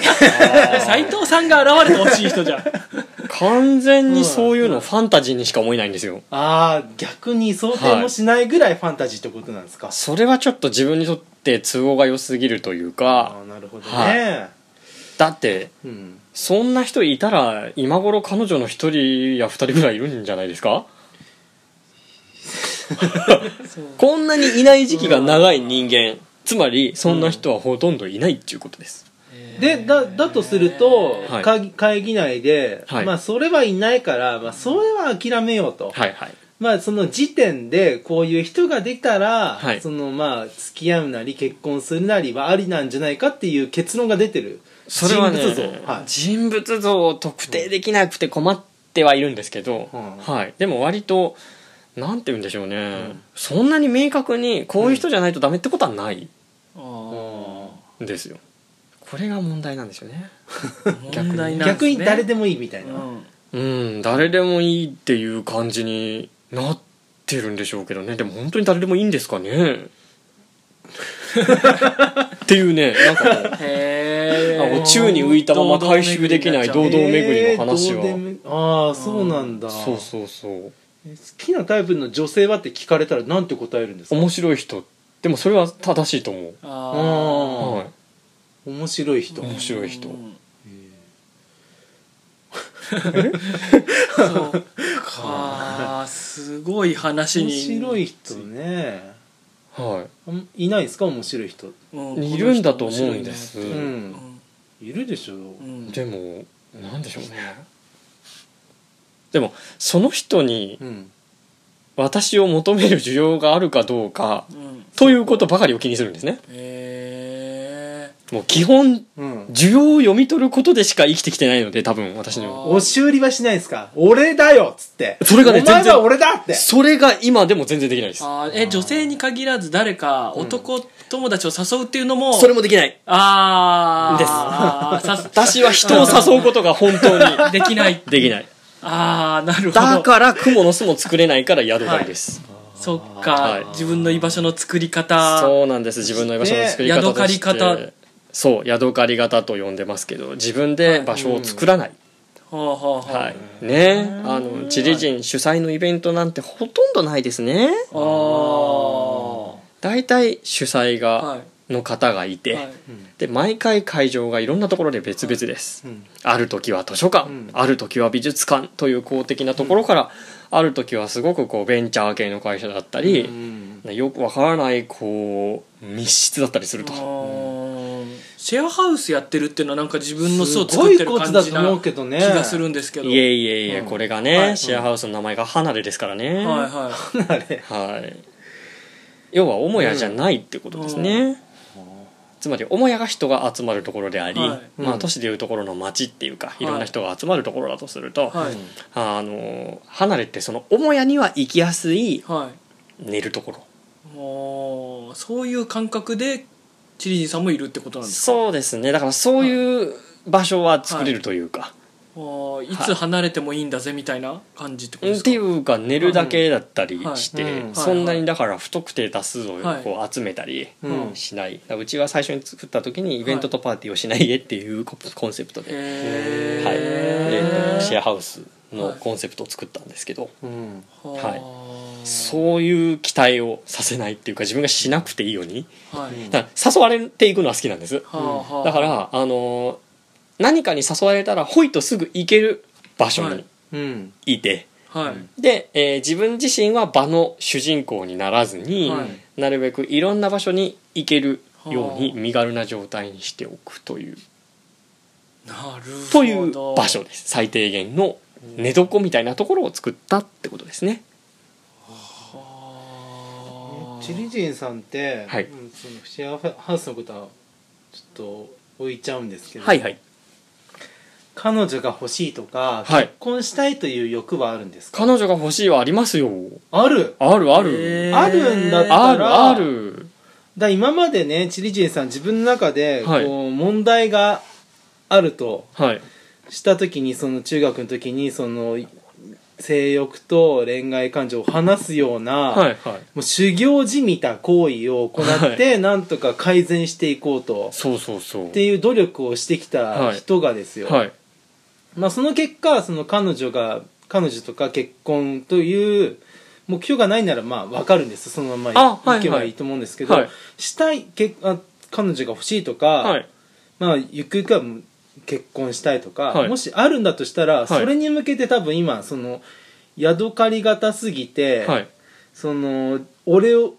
斎藤さんが現れてほしい人じゃん
完全にそういうのファンタジーにしか思えないんですよ
ああ逆に想定もしないぐらいファンタジーってことなんですか、
それはちょっと自分にとって都合が良すぎるという
あ
か
あなるほどね、
はだって
うん
そんな人いたら今頃彼女の一人や二人ぐらいいるんじゃないですかこんなにいない時期が長い人間つまりそんな人はほとんどいないっていうことです、
でだだとすると、
はい
会議会議内で、
はい
まあ、それはいないから、まあ、それは諦めようと、
はいはい
まあ、その時点でこういう人ができたら、
はい
そのまあ付き合うなり結婚するなりはありなんじゃないかっていう結論が出てる
それはね
人物像はい
人物像を特定できなくて困ってはいるんですけど、
うん
はい、でも割となんて言うんでしょうね、そんなに明確にこういう人じゃないとダメってことはない
あ
う
ー
ん
んですよ、これが問題なんです よね
問題なんです
逆
ね
に誰でもいいみたいな、
うん
うん誰でもいいっていう感じになってるんでしょうけどねでも本当に誰でもいいんですかねっていうねなんかもう
へ
あ
え
もう宙に浮いたまま回収できない堂々巡りの話は
えー堂々巡りあ あそうなんだ、
そうそうそう
好きなタイプの女性はって聞かれたらなんて答えるんですか
面白い人でもそれは正しいと思う、
あ
うん
はい
面白い人、
ー
面白い人
うんそうかすごい話
面
に
白い人ね
はい
いないですか面白い人
うん
いるんだと思うんです
この人面白いなって
うん
うん
いるでしょ
うん
でもなんでしょうねでもその人に
うん
私を求める需要があるかどうか
うん
ということばかりを気にするんですね
へ
もう基本
うん
需要を読み取ることでしか生きてきてないので多分私には
あ
押し売りはしないですか俺だよっつって
それがね
お前
全然
は俺だって
それが今でも全然できないです
ーあーえ女性に限らず誰か男友達を誘うっていうのも
それもできない
あ
です
あさす
私は人を誘うことが本当に
できない
できない
ああなるほど
だから蜘蛛の巣も作れないから宿りです、
そっか、
はい
自分の居場所の作り方
そうなんです自分の居場所の作り方として
宿刈り方
そう宿狩り方と呼んでますけど自分で場所を作らない、
ほうほうほう、
はいねあのチリ人主催のイベントなんてほとんどないですね
ああは
大体主催
い、
が、
は
の方がいて、
い、
で毎回会場がいろんなところで別々です、
うん
ある時は図書館、
うん
ある時は美術館という公的なところから、ある時はすごくこうベンチャー系の会社だった
う
り、
ん
よくわからないこう密室だったりする
あ
と
ーシェアハウスやってるっていうのはなんか自分の巣を
す
作
ご
っ
い
てる
こと
感
だ
じ
と思
な
うけどね
気がするんですけど
いえいえいえ、
うん
これがね、
はい
シェアハウスの名前が離れですからね
はいはい
あれ
はい要は母屋じゃないってことですね、つまり母屋が人が集まるところであり、
はい
ま
う
あ、
ん
都市でいうところの町っていうか
い
いろんな人が集まるところだとすると、
はい
あの離れってその母屋には行きやすい
はい
寝るところ
もうそういう感覚でチリジンさんもいるってことなんですか
そうですねだからそういう場所は作れるというか、
あーいつ離れてもいいんだぜみたいな感じってこと
うん
で
っ
す
て
か
いうか寝るだけだったりして、
はいうん
そんなにだから不特定多数を
はい
こう集めたり
うん
しない、だからうちは最初に作った時にイベントとパーティーをしない家っていうココンセプトで、
へ
はい
え
でシェアハウスのコンセプトを作ったんですけど、
うん
はい
そういう期待をさせないっていうか自分がしなくていいように
はい
うん
だから誘われていくのは好きなんです、
はあはあ
だから、あのー何かに誘われたらほいとすぐ行ける場所
はい
に
うん
いて、
はい
で、えー自分自身は場の主人公にならずに、
はい
なるべくいろんな場所に行けるように
はあ
身軽な状態にしておくという
なるほど
という場所です最低限の寝床みたいなところを作ったってことですね。
はあ
チリジンさんって、
はい
うんそのシェアハウスのことはちょっと置いちゃうんですけど、
はいはい
彼女が欲しいとか、
はい
結婚したいという欲はあるんですか
彼女が欲しいはありますよ
ある
あるある、
へえ
あるんだったら
あるある
だから今までねチリジンさん自分の中でこう、
はい
問題があると
はい
した時にその中学の時にその性欲と恋愛感情を話すような、
はいはい
もう修行じみた行為を行って、なんとか改善していこうと
そうそうそう
っていう努力をしてきた人がですよ、
はい
まあ、その結果その彼女が彼女とか結婚という目標がないならまあ分かるんですそのま
あ
ま
はい
いけばいいと思うんですけど、
はい
したいけあ彼女が欲しいとか、
はい
まあ、ゆくゆくは結婚したいとか、
はい
もしあるんだとしたら、
い
それに向けて多分今その宿狩り型すぎて、
はい
その俺を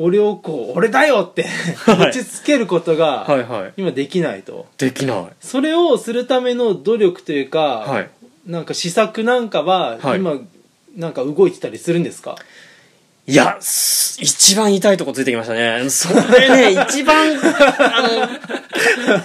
俺をこう俺だよって
はい
落ち着けることが、
はいはい
今できないと
できない
それをするための努力というか、
はい
なんか施策なんかは
はい
今、なんか動いてたりするんですか
いやす一番痛いとこついてきましたねそれ ね一番あの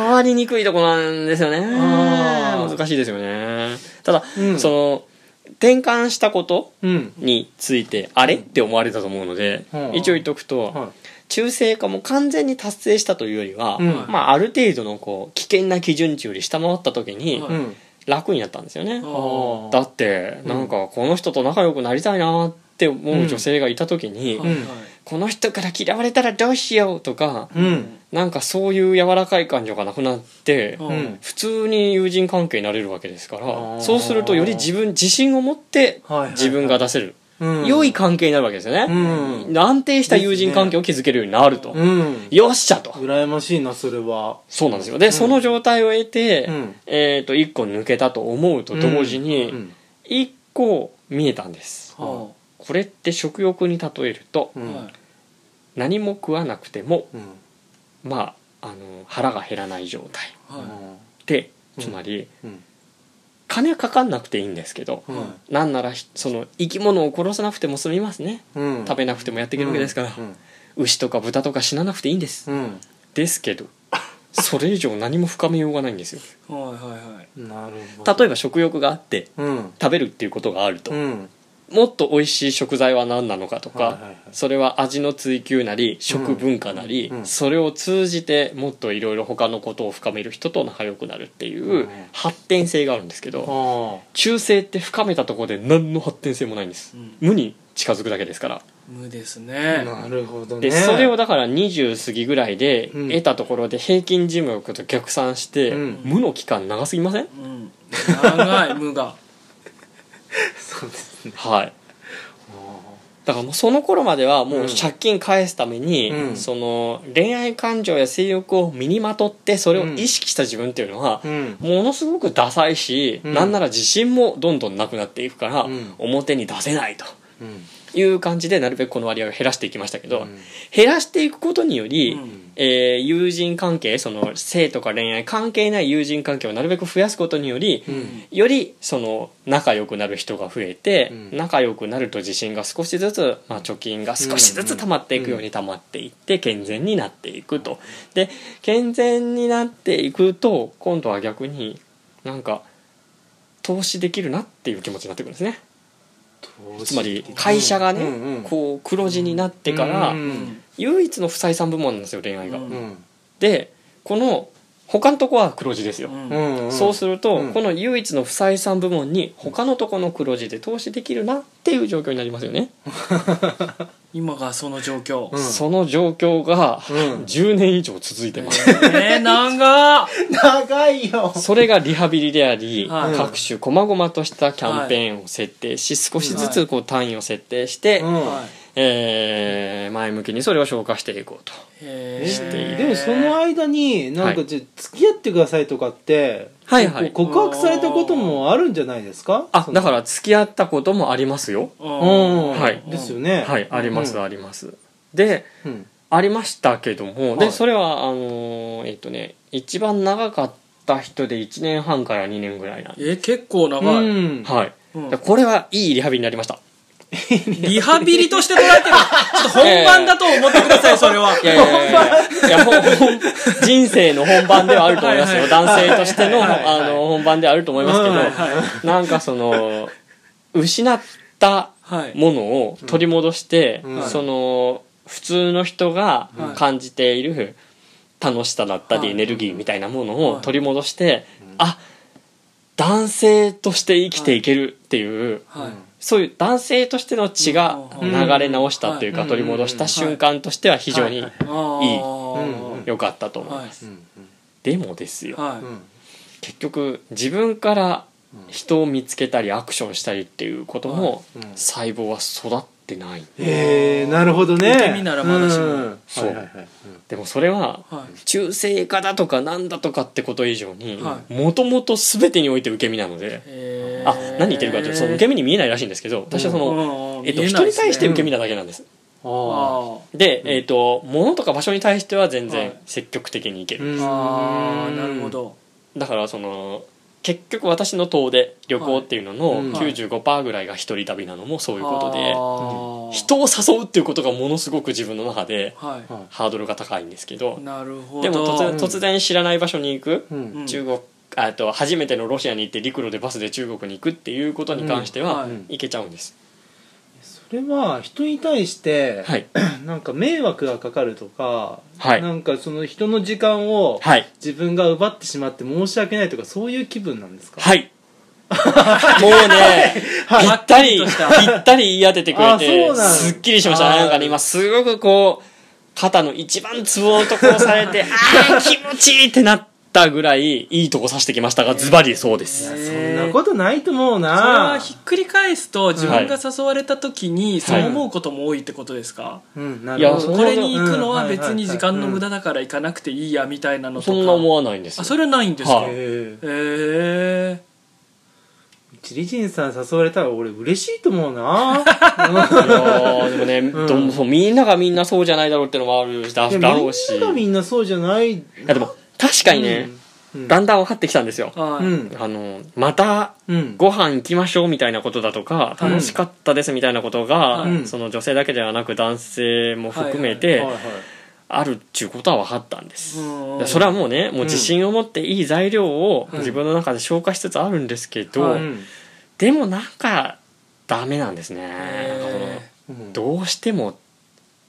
変わりにくいとこなんですよね
あー
難しいですよねただ、
うん
その転換したこと
うん、
についてあれって思われたと思うので、
うん
一応言っとくと、
は
中性化も完全に達成したというよりは、
うん
まあ、ある程度のこう危険な基準値より下回った時に
い、うん
楽になったんですよね、
あ
だってなんかこの人と仲良くなりたいなって思う女性がいた時に、
ー
ん
はいはい
この人から嫌われたらどうしようとか、
うん
なんかそういう柔らかい感情がなくなって、
うん
うん
普通に友人関係になれるわけですから、
ー
そうするとより自分自信を持って
はいはいはい
自分が出せる、
うん
良い関係になるわけですよ
う
ね、
ん
安定した友人関係を築けるようになると、
うん
よっしゃと
羨ましいなそれは
そうなんですよで、その状態を得て、
うん
えー、と1個抜けたと思うと同時
う
に
ん
1個見えたんです、
は
これって食欲に例えると
う
あ
ん
はい
何も食わなくても
うん
まああの腹が減らない状態
はい
でつまり、
うん
金かかんなくていいんですけど、
うん
なんならひその生き物を殺さなくても済みますね
うん
食べなくてもやっていけるわけですから、
うん
牛とか豚とか死ななくていいんです、
うん
ですけどそれ以上何も深めようがないんです よ
はいはいはい
なるほど
例えば食欲があって
うん
食べるっていうことがあると、
うん
もっと美味しい食材は何なのかとか、
はいはいはい
それは味の追求なり食文化なり、
うんうん
それを通じてもっといろいろ他のことを深める人と仲良くなるっていううん発展性があるんですけど、
あ
中性って深めたところで何の発展性もないんです、
うん
無に近づくだけですから
無です
あ
ね
なるほどね
でそれをだから20過ぎぐらいで
うん
得たところで平均寿命と逆算して、
うん
無の期間長すぎません、
うん長い無が
そうですね
はいだからもうその頃まではもううん借金返すために、
うん
その恋愛感情や性欲を身にまとってそれを意識した自分っていうのは
う、ん
ものすごくダサいし、
うん
なんなら自信もどんどんなくなっていくから、
うん
表に出せないと
うん
いう感じでなるべくこの割合を減らしていきましたけど、
うん
減らしていくことにより、
うん
えー友人関係その性とか恋愛関係ない友人関係をなるべく増やすことにより、
うん
よりその仲良くなる人が増えて、
うん
仲良くなると自信が少しずつ、まあ、貯金が少しずつ溜まっていくように溜まっていって健全になっていくと。で健全になっていくと今度は逆になんか投資できるなっていう気持ちになってくるんですね。つまり会社がね、
うんうん
こう黒字になってから、
うん
うん
唯一の不採算部門なんですよ恋愛が。
うん
うん
でこの他のとこは黒字ですよ、
うん
うんうん
そうすると、
うん
この唯一の不採算部門に他のとこの黒字で投資できるなっていう状況になりますよね、
今がその状況
うん
その状況が
うん
10年以上続いてます、
えー長っ
長いよ
それがリハビリであり、
はい
各種細々としたキャンペーンを設定し、少しずつこう単位を設定して、
うん
はい
えー前向きにそれを消化していこうと
へ
え
ー
している
でもその間になん
は
か
い
じゃあ付き合ってくださいとかって、
はいはい
こう告白されたこともあるんじゃないですか
あだからら付き合ったこともありますよ
うん
うん、
はい
ですよね
はいあります、
うん
ありますで
うん
ありましたけども、
は
で
い
それはあのーえっ、とね一番長かった人で1年半から2年ぐらいなんで、
えー結構長い、
うん
はい、
うん
だからこれはいいリハビリになりました
リハビリとして捉えてるちょっと本番だと思ってくださいそれはい
やいやいやいやほんほん人生の本番ではあると思いますよ
はい
男性としての
はいはいはい
あの本番ではあると思いますけど、
うんはい
なんかその失った
はい
ものを取り戻して、
うん
その普通の人が
はい
感じている楽しさだった
はい
りエネルギーみたいなもの
は
を
い
取り戻して、あ男性として生きていけるっていう、
はい
そういう男性としての血が
うん
流れ直したというか、
はい
取り戻した瞬間としては非常に
あー
うんうん
良かったと思う、
はい
うん
でもですよ、
はい
うん
結局自分から人を見つけたりアクションしたりっていうことも、
はいうん
細胞は育ってない
へえなるほどね
受け身ならまだしも
うん
そう
はいはいはい
でもそれは
はい
中性化だとかなんだとかってこと以上に
は
もともと全てにおいて受け身なので、
えー
あ何言ってるかというとその受け身に見えないらしいんですけど私はその、
うんうん
えっと、
見えない
人
で
に
すね
対して受け身なだけなんです。
あ
あ
で、えっと、物とか場所に対しては全
は
然
い
積極的にいけ
ー
る、
うん
ーあーなるほど
だからその結局私の遠出旅行っていうの
はい
の
うん
95%ぐらいが一人旅なのもそう
と
いうことで、
人
人を誘うっていうことがものすごく自分の中で
は
は
ハードルが高いんですけど
いなるほど
でも突然
うん
突然知らない場所に行く、
いうん
うん
中国あと初めてのロシアに行って陸路でバスで中国に行くっていうことに関して
う
は
ん
はい
行けちゃうんです、
それは人に対して
はい
なんか迷惑がかかるとか
はい
なんかその人の時間を
はい
自分が奪ってしまって申し訳ないとかそういう気分なんですか
はい もうね、
はい
ぴったりぴったり言い当ててくれ
あそう
て
なんだ
すっきりしました
あー
なんかね今すごくこう肩の一番ツボのところをされ てあー気持ちいいってなったぐらいいいとこさしてきましたがズバリそうです、
そんなことないと思
そ
う
れ
な
はひっくり返すと自分が誘われた時にそう
はい
思うことも多いってことですか、
うんない
や
るほど
そ
こ
う
れに行くのは別に時間の無駄だから行かなくていいやみたいなのとか
そんな思わないんですよ
あそれはないんですか、
はい
へ
ええ
え
チリジンさん誘われたら俺嬉しいと思うな
いやーでもね、
うん
どうもそうみんながみんなそうじゃないだろうってのもあるだ
いや
だろうし
みんながみんなそうじゃないい
いやでも確かにね、
うん
だんだん分かってきたんですよ、
う
はい
ん
あのまた
うん
ご飯行きましょうみたいなことだとか
うん
楽しかったですみたいなことが、
うん
その女性だけではなく男性も含めて
はいはい
あるっちゅうことは分かったんです、
うん
でそれはもうねもう自信を持っていい材料を自分の中で消化しつつあるんですけど、
はい
うん
でもなんかダメなんですね、なんかその
え
うん
どうしても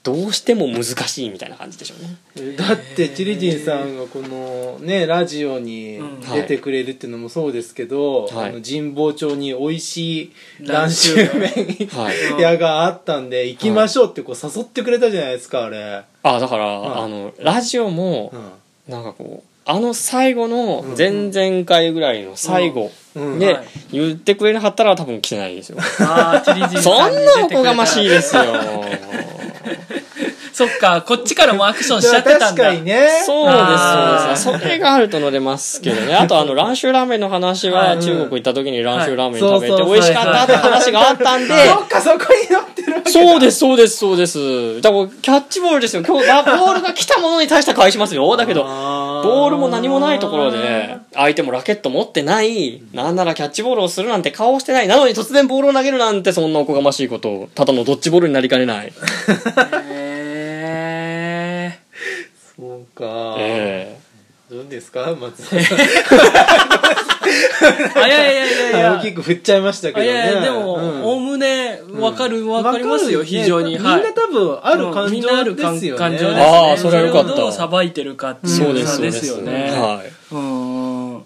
どうしても難しいみたいな感じでしょう ね
だってチリジンさんがこのねラジオに
うん
出てくれるっていうのもそうですけど、
はい
あの神保町に美味しい
ラ
ラ
ン
ン
チ
チ
ュ
ュ
ー
ー
メ
メ
はい
ン 屋があったんで行きましょうってこう誘ってくれたじゃないですかあれ、
あだから、
はい
あのラジオも
う
なんかこうあの最後の
うん
前々回ぐらいの最後
んうん
は
で
い
言ってくれなかったら多分来てな いですよ
あーチリジン
そ
さ
ん
に
なお
出てくれた
こがましいですよ
そっかこっちからもアクションしちゃってたん
確か
だ
にね
そう
あー
ですそうですそれがあると乗れますけどねあとあの蘭州ラーメンの話
は
はい中国行った時に蘭州ラーメン
は
食
い
べて
そうそう
美味しかったって話があったんで
そっかそこに乗ってるわけ
そうです、そうです、そうです。だから、キャッチボールですよ。今日、あボールが来たものに対しては返しますよ。だけど、ボ
ボ
ールも何もないところで、相手もラケット持ってない、なんならキャッチボールをするなんて顔してない、なのに突然ボールを投げるなんて、そんなおこがましいこと、ただのドッジボールになりかねない。
え
そうか、
え
どうですか松田
あいやいやいやい
さん
や
大きく振っちゃいましたけど
い
ね
やいやで
うん
もおおむねわかるわかりますよ
わかる
非常に
ね
はい
みんな多分ある感
みんなあ
情
る感
です
情
よね
ですね
あーそれはよかった
それをどうさばいてるかって
えそう
い
で
う差
す、そうで
です
す。
よね
はい。
うーん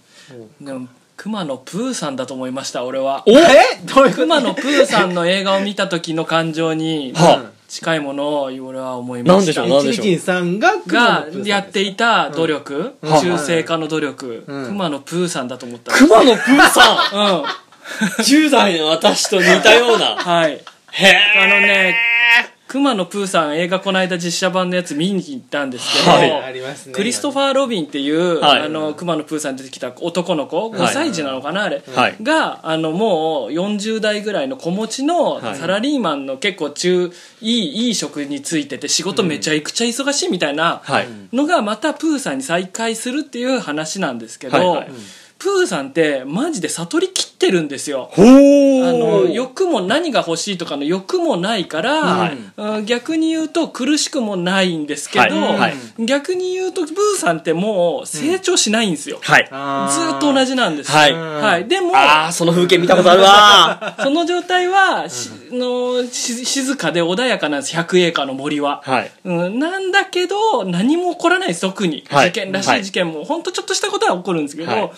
でも熊野プーさんだと思いました俺は
えどういうこと
熊野プーさんの映画を見た時の感情に
は
近いものを俺は思いました
なんでしょう、なんで
一
しょ
力
う。
さんが
がやっていた努力、
ん
中性化の努力、
うん
熊野プーさんだと思った、うん
熊野プーさん
は
!10 代の私と似たような。
い
へえ。
あのね熊野プーさん映画この間実写版のやつ見に行ったんですけど、
はい
ありますね
クリストファー・ロビンっていう、
はい
あの熊野プーさんに出てきた男の子
い
5歳児なのかな、あれ、
はい
があのもう40代ぐらいの子持ちの
はい
サラリーマンの結構中いいいい職についてて仕事めちゃくちゃ忙しいみたいな
はい。
のがまたプーさんに再会するっていう話なんですけど、
はいはいうん
プーさんってマジで悟りきってるんですよ。
ほー
あの欲も何が欲しいとかの欲もないから、
はい
うん逆に言うと苦しくもないんですけど、
はいはい
逆に言うとブーさんってもう成長しないんですよ、
はい。
ずーっと同
じ
じなんです、
はい
はい、でも
ああ、その風景見たことあ るわ
その状態はしのし静かで穏やかなんです100エーカーの森は、
はい。
うん、なんだけど何も起こらないです特に、
はい
事件らしい事件も、ほんとちょっとしたことは起こるんですけど、
はい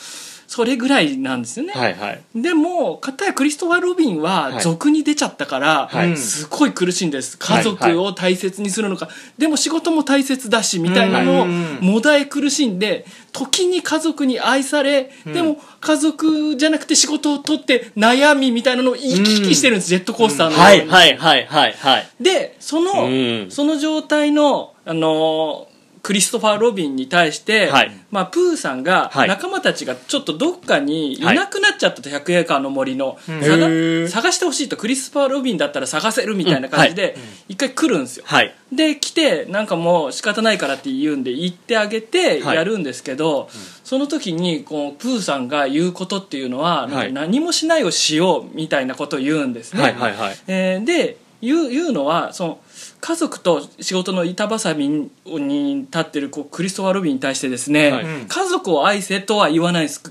それぐらいなんですよね、
はいはい。
でも片やクリストファー・ロビン
は
はい俗に出ちゃったから、
はい
すごい苦しいんです
はい
家族を大切にするのか、でも仕事も大切だしみたいなのを
うん
もだえ苦しんで時に家族に愛され、でも家族じゃなくて仕事を取って悩みみたいなのを行き来してるんです、ジェットコースターのように。
はいはいはいはいはい。
でその、
うん
その状態の、あのークリストファー・ロビンに対して、
はい
まあ、プーさんが
はい
仲間たちがちょっとどっかにいなくなっちゃったと「100エーカーの森の」
ん
探
へー
探してほしいとクリストファー・ロビンだったら探せるみたいな感じで一回来るんですよ。
はい。
で来てなんかもう仕方ないからって言うんで行ってあげて
はい
やるんですけど、その時にこうプーさんが言うことっていうのは、なんか何もしないをしようみたいなことを言うんですね。
はいはいはい。
えーで言う言うのはその家族と仕事の板挟みにに立ってるこうクリストファー・ロビンに対してですね、
はい
家族を愛せとは言わないです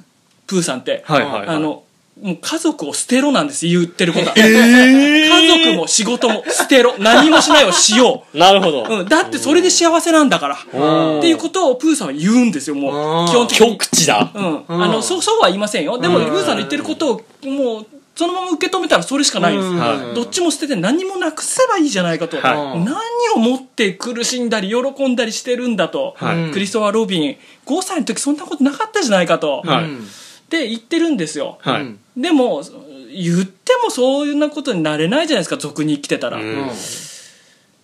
プーさんって、
はいはい。
あ、のもう家族を捨てろなんです言ってることは、家族も仕事も捨てろ何もしないをしよ
なるほど。
う、うん、だってそれで幸せなんだからっていうことをプーさんは言うんですよも
お
う
ー
基本的に
極地だ。
うん、あのそうそうは言いませんよでも
うん
ルーさんの言ってることをもうそのまま受け止めたらそれしかないんです、
うん
はい
どっちも捨てて何もなくせばいいじゃないかと、
はい
何を持って苦しんだり喜んだりしてるんだと、
はい
クリストファー・ロビン5歳の時そんなことなかったじゃないかと、
はい
って言ってるんですよ、
はい。
うん
でも言ってもそういうなことになれないじゃないですか俗に生きてたら、
うん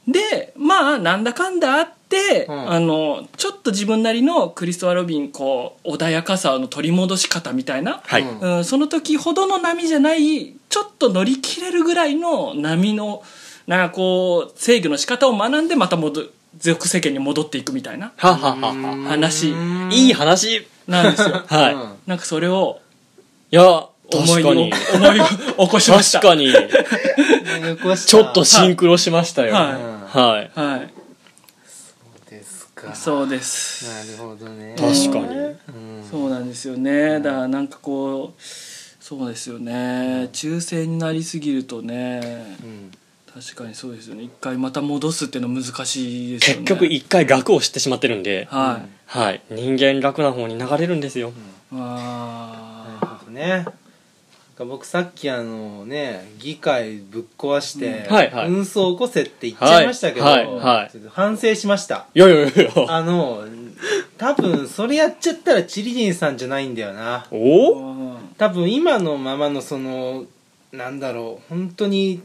でまあなんだかんだあっで、
うん
あのちょっと自分なりのクリストワ・ロビンこう穏やかさの取り戻し方みたいな、
はい、
うん
うん、その時ほどの波じゃないちょっと乗り切れるぐらいの波のなんかこう制御の仕方を学んでまた戻俗世間に戻っていくみたいな
はははは
話
いい話
なんですよ
はい、
うん
なんかそれを
いや
思い
確かに
思い起こしました
確かにちょっと
そ
シンクロしましたよ
は
はい、
はい、
うですか
そうです
なるほどね
確かに
うん
そうなんですよねだからなんかこうそうですよね中性になりすぎるとね
うん
確かにそうですよね一回また戻すっていうのは難しいですよ
結
ね
局一回額を知ってしまってるんで、
はい、
はい、人間楽な方に流れるんですよ、
な
あ
るほどねなんか僕さっきあのね議会ぶっ壊して、
うんはいはい
運送起こせって言っちゃいましたけど、
はいはいはい
ちょっと反省しました
いやいやいや
あの多分それやっちゃったらチリリンさんじゃないんだよな
あ
お
多分今のままのそのなんだろう本当に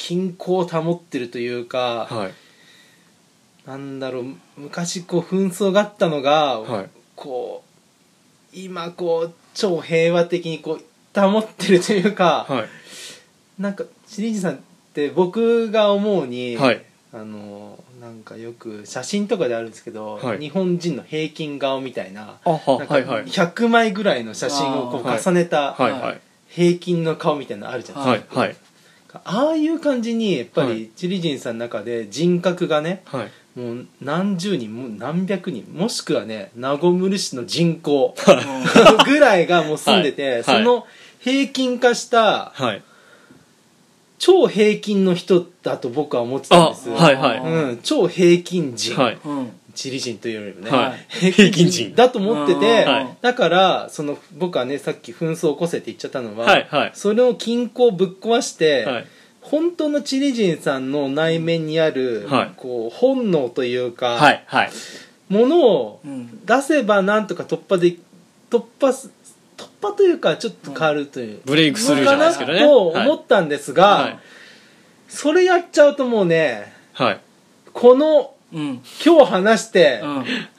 均衡を保ってるというか、
はい
なんだろう昔こう紛争があったのが、
はい
こう今こう超平和的にこう保ってるというか、
はい
なんかシリーズさんって僕が思うに、
はい
あのなんかよく写真とかであるんですけど、
はい
日本人の平均顔みたいな
あは
なんか
はいはい
100枚ぐらいの写真を
あ
こう
ーはい
重ねた
はいはい
平均の顔みたいなのあるじゃない
はいはい
ですか、ああいう感じにやっぱ
は
りチリ人さんの中で人格がね
はい
もう何十人もう何百人もしくはねナゴムル市の人口ぐらいがもう住んでて、
はい
その平均化した
はい
超平均の人だと僕は思って
あ
たんです、
はいはいは
うん、超平均人、
い
うんうん
チリ人というよりもね、
はい
平
平均人
だと思ってて、
うん
はい
だからその僕はねさっき紛争を起こせって言っちゃったのは、
はいはい
それを均衡をぶっ壊して、
はい
本当のチリ人さんの内面にある、
はい
こう本能というか、
はいはい
ものを
うん
出せばなんとか突破で突破す突破というかちょっと変わるという、
ブレイクスルーじ
か
ゃない
な
ですけどね
と思ったんですが、
はい
それやっちゃうともうね
はい
この
うん
今日話して、
うん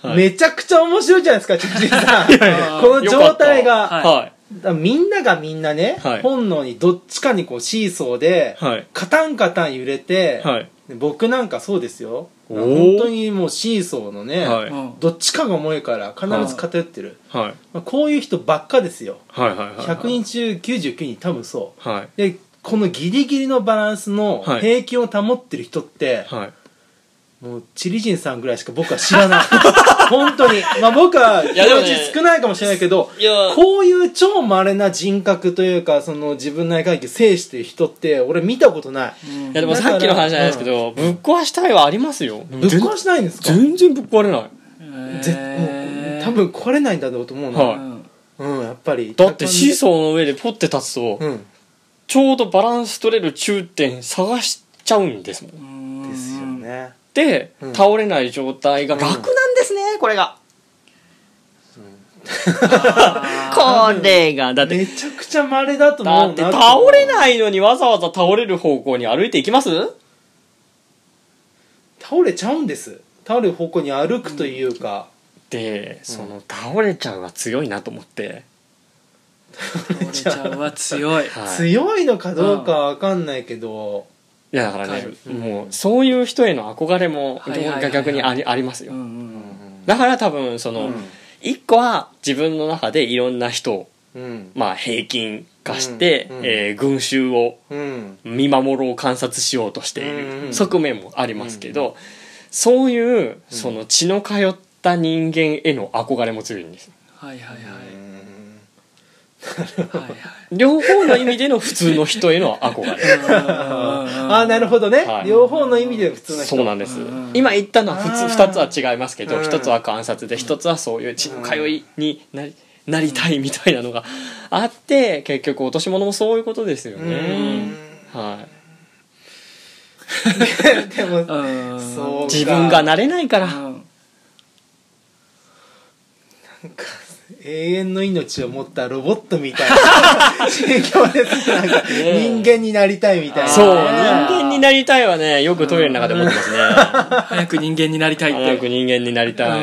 はい
めちゃくちゃ面白いじゃないですか、ちちさん。
や
この状態が、
はい
は
みんながみんなね、
はい
本能にどっちかにこうシーソー
い
で、
はい
カタンカタン揺れて、
はい
僕なんかそうですよ。
おー
本当にもうシーソーのね、
は
う
い
ん
どっちかが重いから必ず偏ってる。
はい
まあ、こういう人ばっかですよ。
はいはいはい
100人中99人多分そ。
はいう
で、このギリギリのバランスの
はい
平均を保ってる人って、
はい
もうチリ人さんぐらいしか僕は知ら ない本当にまあ僕は
やでも
友
ね
達少ないかもしれないけど
いや
こういう超稀な人格というかその自分内階級制してる人って俺見たことない、
いやでもさっきの話じゃないですけど、ぶっ壊したいはありますよ
ぶっ壊しないんですか
全然ぶっ壊れない
ぜもう多分壊れないんだろうと思うの、
はい
うんやっぱり
だってシー
ー
ソーの上でポッて立つと、
うん
ちょうどバランス取れる中点探しちゃうんですもん
分
ですよね
で、
うん
倒れない状態が楽なんですね、これがこれがだって
めちゃくちゃ稀だと
だ
思
っ
う
て
な
倒れないのにわざわざ倒れる方向に歩いていきます
倒れちゃうんです倒れる方向に歩くというか、
でその倒れちゃうが強いなと思って、
俺ちゃんは強い
はい、い
強いのかどうかわかんないけど、
やだから
わ
ね
かる、
うん
もうそういう人への憧れも
はいはいはいはい
逆にありあります
う
よ、
んう
うん
だから多分その、
ん
一個は自分の中でいろんな人を、
うん
まあ、平均化して、
うんうん
えー群衆を
うん
見守ろう観察しようとしてい
うんうん
る側面もありますけど、そういうその血の通った人間への憧れも強いんです
はいはいは
う
い
ん
はい
両方の意味での普通の人への憧れ
はい
ああなるほどね、
はい
両方の意味で普通の人
そうなんです
うん
今言ったのは普
あ
通
ー
2つは違いますけど
うん
1つは観察で1つはそういう血の通いになりなりたいみたいなのがあって結局落とし物もそういうことですよ
う
ね
ん。
はい
でも
ど
そう
自分がなれないから
うん
え永遠の命を持ったロボットみたいな 宗教ですなんか
ねえ
人間になりたいみたいな
そう、人
ね
間になりたいはね、よくトイレの中で思ってますね。
早く人間になりたい
早
っ
く
て
人間になりたい。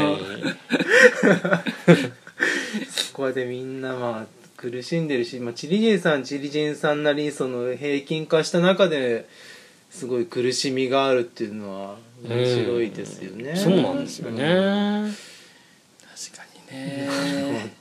こうやってみんなまあ苦しんでるし、まあ、チリジンさんチリジンさんなりにその平均化した中ですごい苦しみがあるっていうのは面白いですよね、
そうなんですよね。
確かにね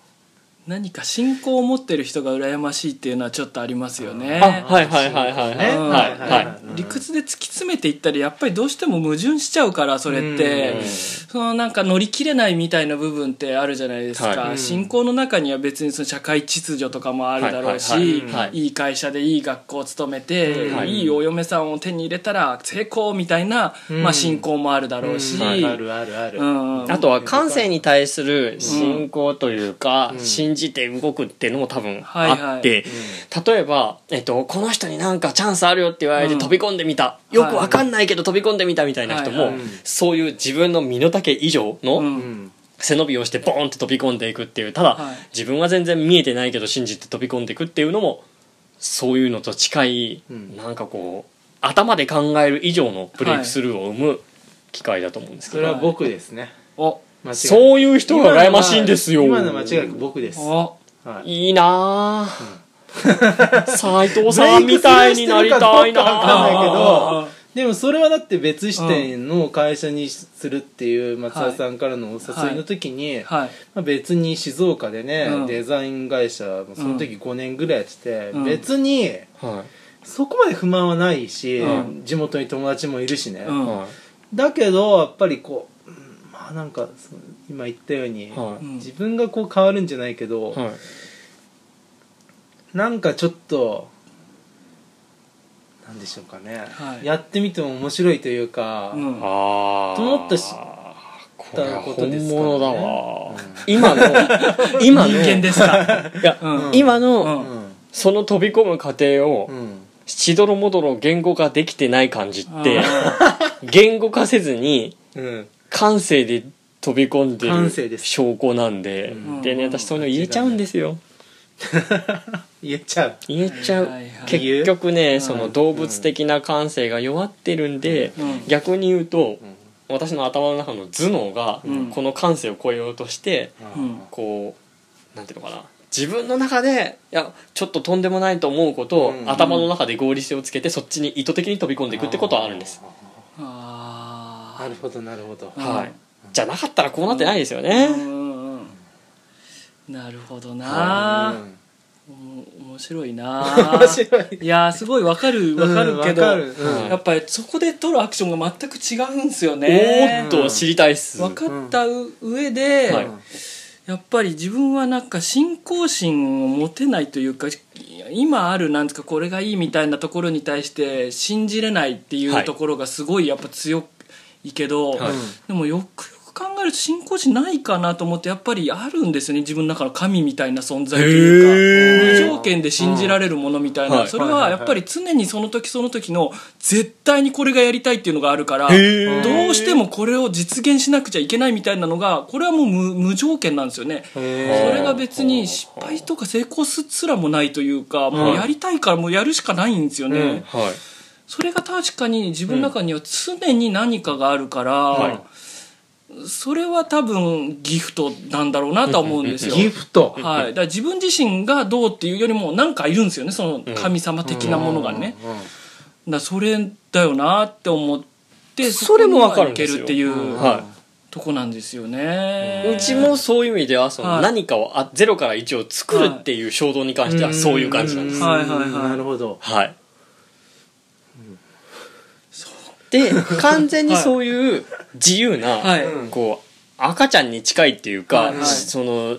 何か信仰を持ってる人が羨ましいっていうのはちょっとありますよね
あ、はいはいはいはいはい。
ね
はいはい。
うん
理屈で突き詰めていったらやっぱりどうしても矛盾しちゃうからそれっ
う
て
ん
そのなんか乗り切れないみたいな部分ってあるじゃないですか、
はい
うん
信仰の中には別にその社会秩序とかもあるだろうし、
はい
い
はい
い
はい
はい
会社でいい学校を勤めて、
うん
はい
い、いお嫁さんを手に入れたら成功みたいな、
うん
まあ、信仰もあるだろうし、
ん
うん
あるあるある、
うん
あとは感性に対する信仰というか、
うん
信じて動くっていうのも多分
はいはい
あって、例えば、えっと、この人になんかチャンスあるよって言われて
うん
飛び込んでみた、よくわかんないけど飛び込んでみたみたいな人も、
はい
はい
そういう自分の身の丈以上
う
の
うんん
背伸びをしてボーンって飛び込んでいくっていうただ、
はい
自分は全然見えてないけど信じて飛び込んでいくっていうのもそういうのと近い、
うん
なんかこう頭で考える以上のブレイクスルーを生む機会だと思うんです
そ
けど、
れは僕ですね
お
間違いなく
そういう人が羨ましいんですよ
今のは間違いなく僕です、
お
はい、
いいな斎藤さんみたいになりた
だけ
いな
ど
あー
でもそれはだって別支店の会社にするっていう松田さんからのお誘いの時に、
はい
まあ別に静岡でね、
うん
デザイン会社もその時5年ぐらいやってて、
うん
別に
は
そこまで不満はないし、
うん
地元に友達もいるしね、
う
い
ん
は
だけどやっぱりこううんまあなんかその今言ったように、
は
うん
自分がこう変わるんじゃないけど、
いはい
なんかちょっとなんでしょうかね、
はい
やってみても面白いというか、
う
あ
ん
ー
と思ったし
これは
こと
本
ですからね
物だわ、今の今の
人間ですか
いや、
うん
今
う
の、
うん
その飛び込む過程を、
うん
しどろもどろ言語化できてない感じって言語化せずに
うん
感性で飛び込んで
感性で
る
す
証拠なんで
うん
でね私そういうの言えちゃうんですよ
言えちゃう
言えちゃう、
はいはいはい
結局ね
ん
その動物的な感性が弱ってるんで、
うん
逆に言うと
ん
私の頭の中の頭脳が
うん
この感性を超えようとして、
うん
こうなんていうのかな自分の中でいやちょっととんでもないと思うことを、
うん
頭の中で合理性をつけてそっちに意図的に飛び込んでいくってことはあるんです、
あー
なるほどなるほど
うん
はいじゃなかったらこうなってないですよね、
うんうんうんなるほどな、おも面白いな
面白い
いやーすごいわかるわかるけど、
うんわかるうん
はい
やっぱりそこで取るアクションが全く違うんすよ
おーっ
ね
と知りたいっす、
分かったう上で、
はい
やっぱり自分はなんか信仰心を持てないというか今あるなんですかこれがいいみたいなところに対して信じれないってい
は
う
い
ところがすごいやっぱ強いけど、
はい
でもよくよく考えると信仰心ないかなと思ってやっぱりあるんですよね自分の中の神みたいな存在というか
へー
無条件で信じられるものみたいな、
うんはい
それはやっぱり常にその時その時の絶対にこれがやりたいっていうのがあるから。
へー
どうしてもこれを実現しなくちゃいけないみたいなのがこれはもう無無条件なんですよね。
そ
そ
れ
れが別に失敗とか成功すらもないというか
ん
もうやりたいからもうやるしかないんですよね、
うん
はい
それが確かに自分の中には常に何かがあるから、
は
それは多分ギフトなんだろうなとは思うんですよ。
ギフト
はい、だから自分自身がどうっていうよりも何かいるんですよねその神様的なものがね。だからそれだよなって思って
それもわかるん
い
で
け
すよ
るっていう、
うん
はい
とこなんですよね、
うちもそういう意味ではそ
は
の
い
何かをあゼロから1を作るっていう衝動に関してはそういう感じなんです。
う
はいはいはい
なるほど
はい。で完全にそういう自由な、
はい、
うん
こう赤ちゃんに近いっていうか、
はいはい
その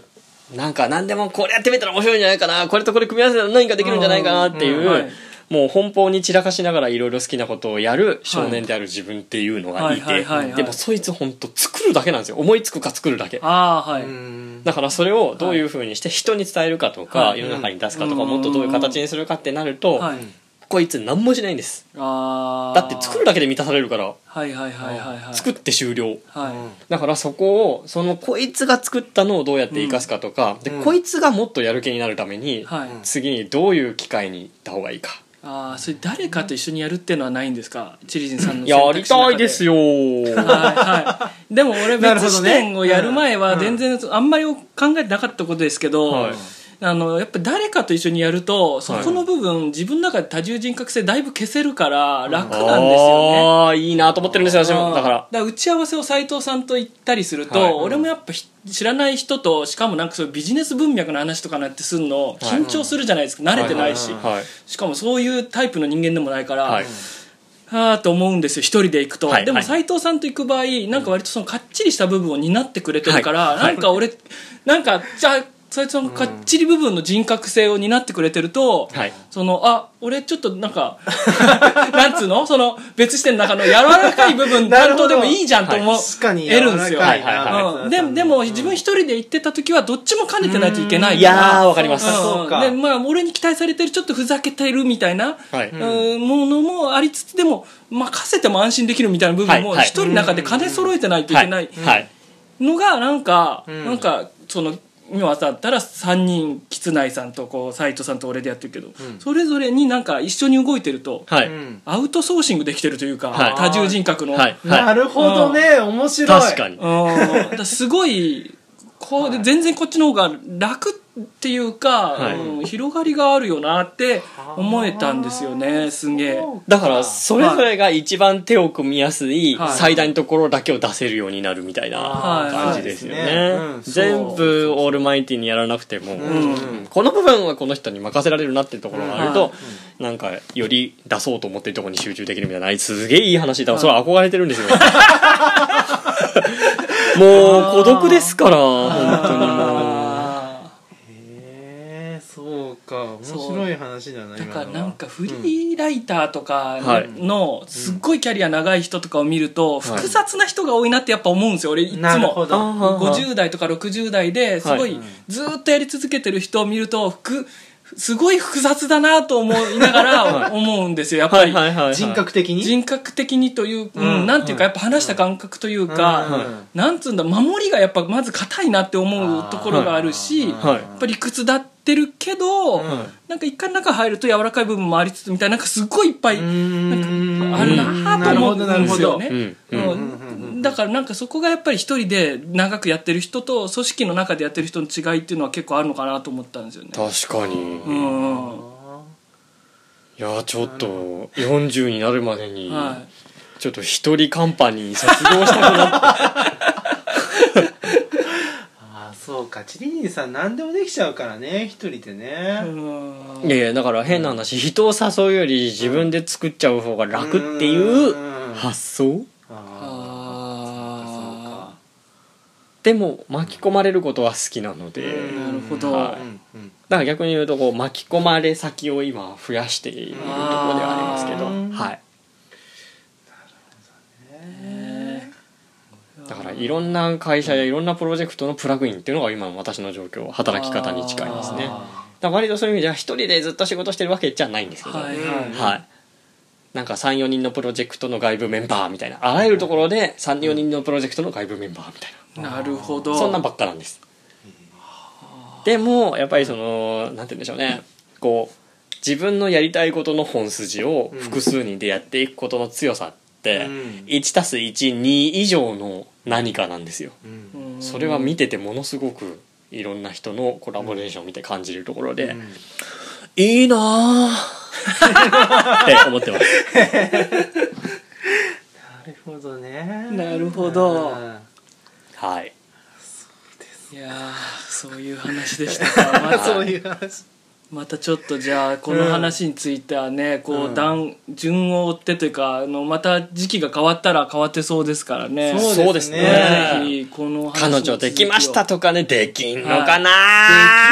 なんか何でもこれやってみたら面白いんじゃないかなこれとこれ組み合わせたら何かできるんじゃないかなっていう、
うんはい
もう奔放に散らかしながらいろいろ好きなことをやる少年である自分っていうのが
はいはい
いて
はいはいはい
でもそいつ本当作るだけなんですよ思いつくか作るだけ。
ああはい、
うん
だからそれをどういうふうにして人に伝えるかとか、
はい
世の中に出すかとか、
うん
もっとどういう形にするかってなると、
はい
こいつ何もしないんです
あ
だって作る
だ
だけで満たされるから
はいはいはいはいはい
作って終了
は
だからそこをそのこいつが作ったのをどうやって生かすかとか、で
うん
こいつがもっとやる気になるため
い
に、
はい
次にどういう機会に行った方がいいか、
ああそれ誰かと一緒にやるっていうのはないんですかチリジンさんの
やりたいです
よ
よ
はいはいでも 俺
なるほ
別
ど
視
ね
点をやる前は全然あんまり考えてなかったことですけど、
はい
あのやっぱ誰かと一緒にやるとそこの部分、自分の中で多重人格性だいぶ消せるから楽なんですよね。
ああいいなと思ってるんですよ私もだから
打ち合わせを斎藤さんと行ったりすると、
はい
俺もやっぱひ知らない人としかもなんかそういうビジネス文脈の話とかなってすんの緊張するじゃないですか、慣れてないし、
はい
しかもそういうタイプの人間でもないから、
はい、
あーと思うんですよ一人で行くと、
はい
でも
はい
斎藤さんと行く場合なんか割とそのかっちりした部分を担ってくれてるから、
はい
なんか俺、なんかじゃあ斎藤さんがかっちり部分の人格性を担ってくれてると、
はい
そのあ俺ちょっとなんか なんつうのその別視点の中の柔らかい部 分
なる
担
ほ
当
ど
でもいいじゃんと思う、
確かに
得るんですよ、
柔らか
はいはい
な
うんででも自分一人で行ってた時はどっちも兼ねてないといけない
い
か
やー
ら。
わかりま
ー
す、
あ
うん
そうか
でまあ、俺に期待されてるちょっとふざけてるみたいな
はい、
う
うんものもありつつでも任せても安心できるみたいな部分も
はいはい
一人の中で金揃えてないとい
は
け
い
ない
はい
のがなんか、
うん
なんかその今だったら3人橘内さんとこう斎藤さんと俺でやってるけど、
ん
それぞれになんか一緒に動いてると
はい、
うん
アウトソーシングできてるというか、
はい
多重人格の、
はいはい
なるほどね面白い
確かに
うんだからすごいこうで全然こっちの方が楽っていうか、
はい
うん広がりがあるよなって思えたんですよねすげえ。
だからそれぞれが一番手を組みやすい
はい
最大のところだけを出せるようになるみたい
は
ない感じですよね,、
はいそうですね
うん
全部オールマイティにやらなくても、
うん
うんこの部分はこの人に任せられるなっていうところがある
は
と、なんかより出そうと思ってるところに集中できるみたいなすげえいい話だからそれ憧れてるんですよもう孤独ですから本当にもう
へえそうか面白い話だな
だ
今
から
の
なん
は
かフリーライターと
は
か
い
のすっごいキャリア長い人とかを見ると
はい
複雑な人が多いなってやっぱ思うんですよ俺いつ
なるほ
も
ど
あー
50代とか60代ですご
はい
ずーっとやり続けてる人を見るとふくすごい複雑だなと思いながら思うんですよやっぱ
はい
り
はいはいはい
人格的に
人格的にというう
うん
んなんていうか
う
やっぱ話した感覚という
うん
かなんつうんだ守りがやっぱまず硬いなって思うところがあるし
あ
ーはい
やっぱり理屈だってるけど、
うん
なんか一回中入ると柔らかい部分もありつつみたいななんかすっごいいっぱい
ん
あるなと思うんですよね。
うん
う
うん
んだからなんかそこがやっぱり一人で長くやってる人と組織の中でやってる人の違いっていうのは結構あるのかなと思ったんですよね。
確かに、
う
い
んは
やちょっと40になるまでに、
い
ちょっと一人カンパニー卒業したくなっ
あそうかチリリンさん何でもできちゃうからね一人でね
うん
ていやいやだから変な話人を誘うより自分で作っちゃう方が楽っていうん発想
あ
あ
でも巻き込まれることは好きなので
うん
ーなるほど、
は
ー
い
うんうん
だから逆に言うとこう巻き込まれ先を今増やしているところではありますけど
あー
はい
ね
だからいろんな会社やいろんなプロジェクトのプラグインっていうのが今の私の状況働き方に近いですねだか
あ
ら割とそういう意味では一人でずっと仕事してるわけじゃないんですけど
は
はいい、
はい
なんか34人のプロジェクトの外部メンバーみたいなあらゆるところで34人のプロジェクトの外部メンバーみたいな
ーなるほど
そんなんばっかなんですでもやっぱりそのなんて言うんでしょうねこう自分のやりたいことの本筋を複数人でやっていくことの強さって
うん
1たす12以上の何かなんですよ
うん
うん
それは見ててものすごくいろんな人のコラボレーションを見て感じるところで
うん
いいなあって思ってます
なるほどね
なるほど
うん
はい
いやーそういう話でしたかま た
そういう話
またちょっとじゃあこの話についてはね、こう段順を追ってというかあのまた時期が変わったら変わってそうですからね
そうです
ね
ね
ぜひこの話の
彼
続きを
女できましたとかねできんのかな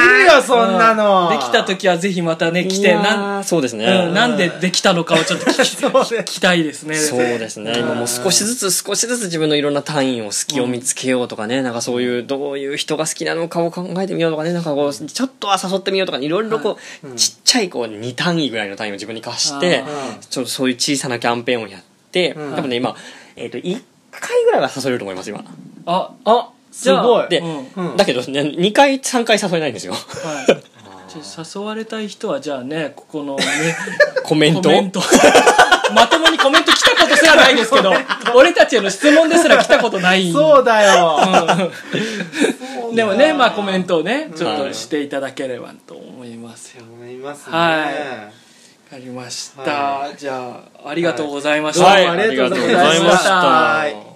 できるよそんなの
うんできた時はぜひまたね来てなん,、
んそうですね、
うん、なんでできたのかをちょっと聞き聞きたいですね
そうですね今もう少しずつ少しずつ自分のいろんな単位を隙を見つけようとかね、なんかそういうどういう人が好きなのかを考えてみようとかねなんかこうちょっとは誘ってみようとかねいろいろこう、ちっちゃいこう2単位ぐらいの単位を自分に課して
あー
ちょっとそういう小さなキャンペーンをやって、
うん
多分ね今、えっと1回ぐらいは誘えると思います今
あ
あ
じゃあ
すごい
で、
うん
うん
だけど、ね、2回3回誘えないんですよ
はいちょ誘われたい人はじゃあねここのね
コメン
コ
ト
メント まともにコメント来たことすらないですけど俺たちへの質問ですら来たことない
そうだよ、
でもねまあコメントをねちょっ
は
と
い
していただければと思いますよわ
思いますね、
はかりました、
は
じゃあありがとうございました、
どうも
はい
ありがとうございました
ありがとうございました
はい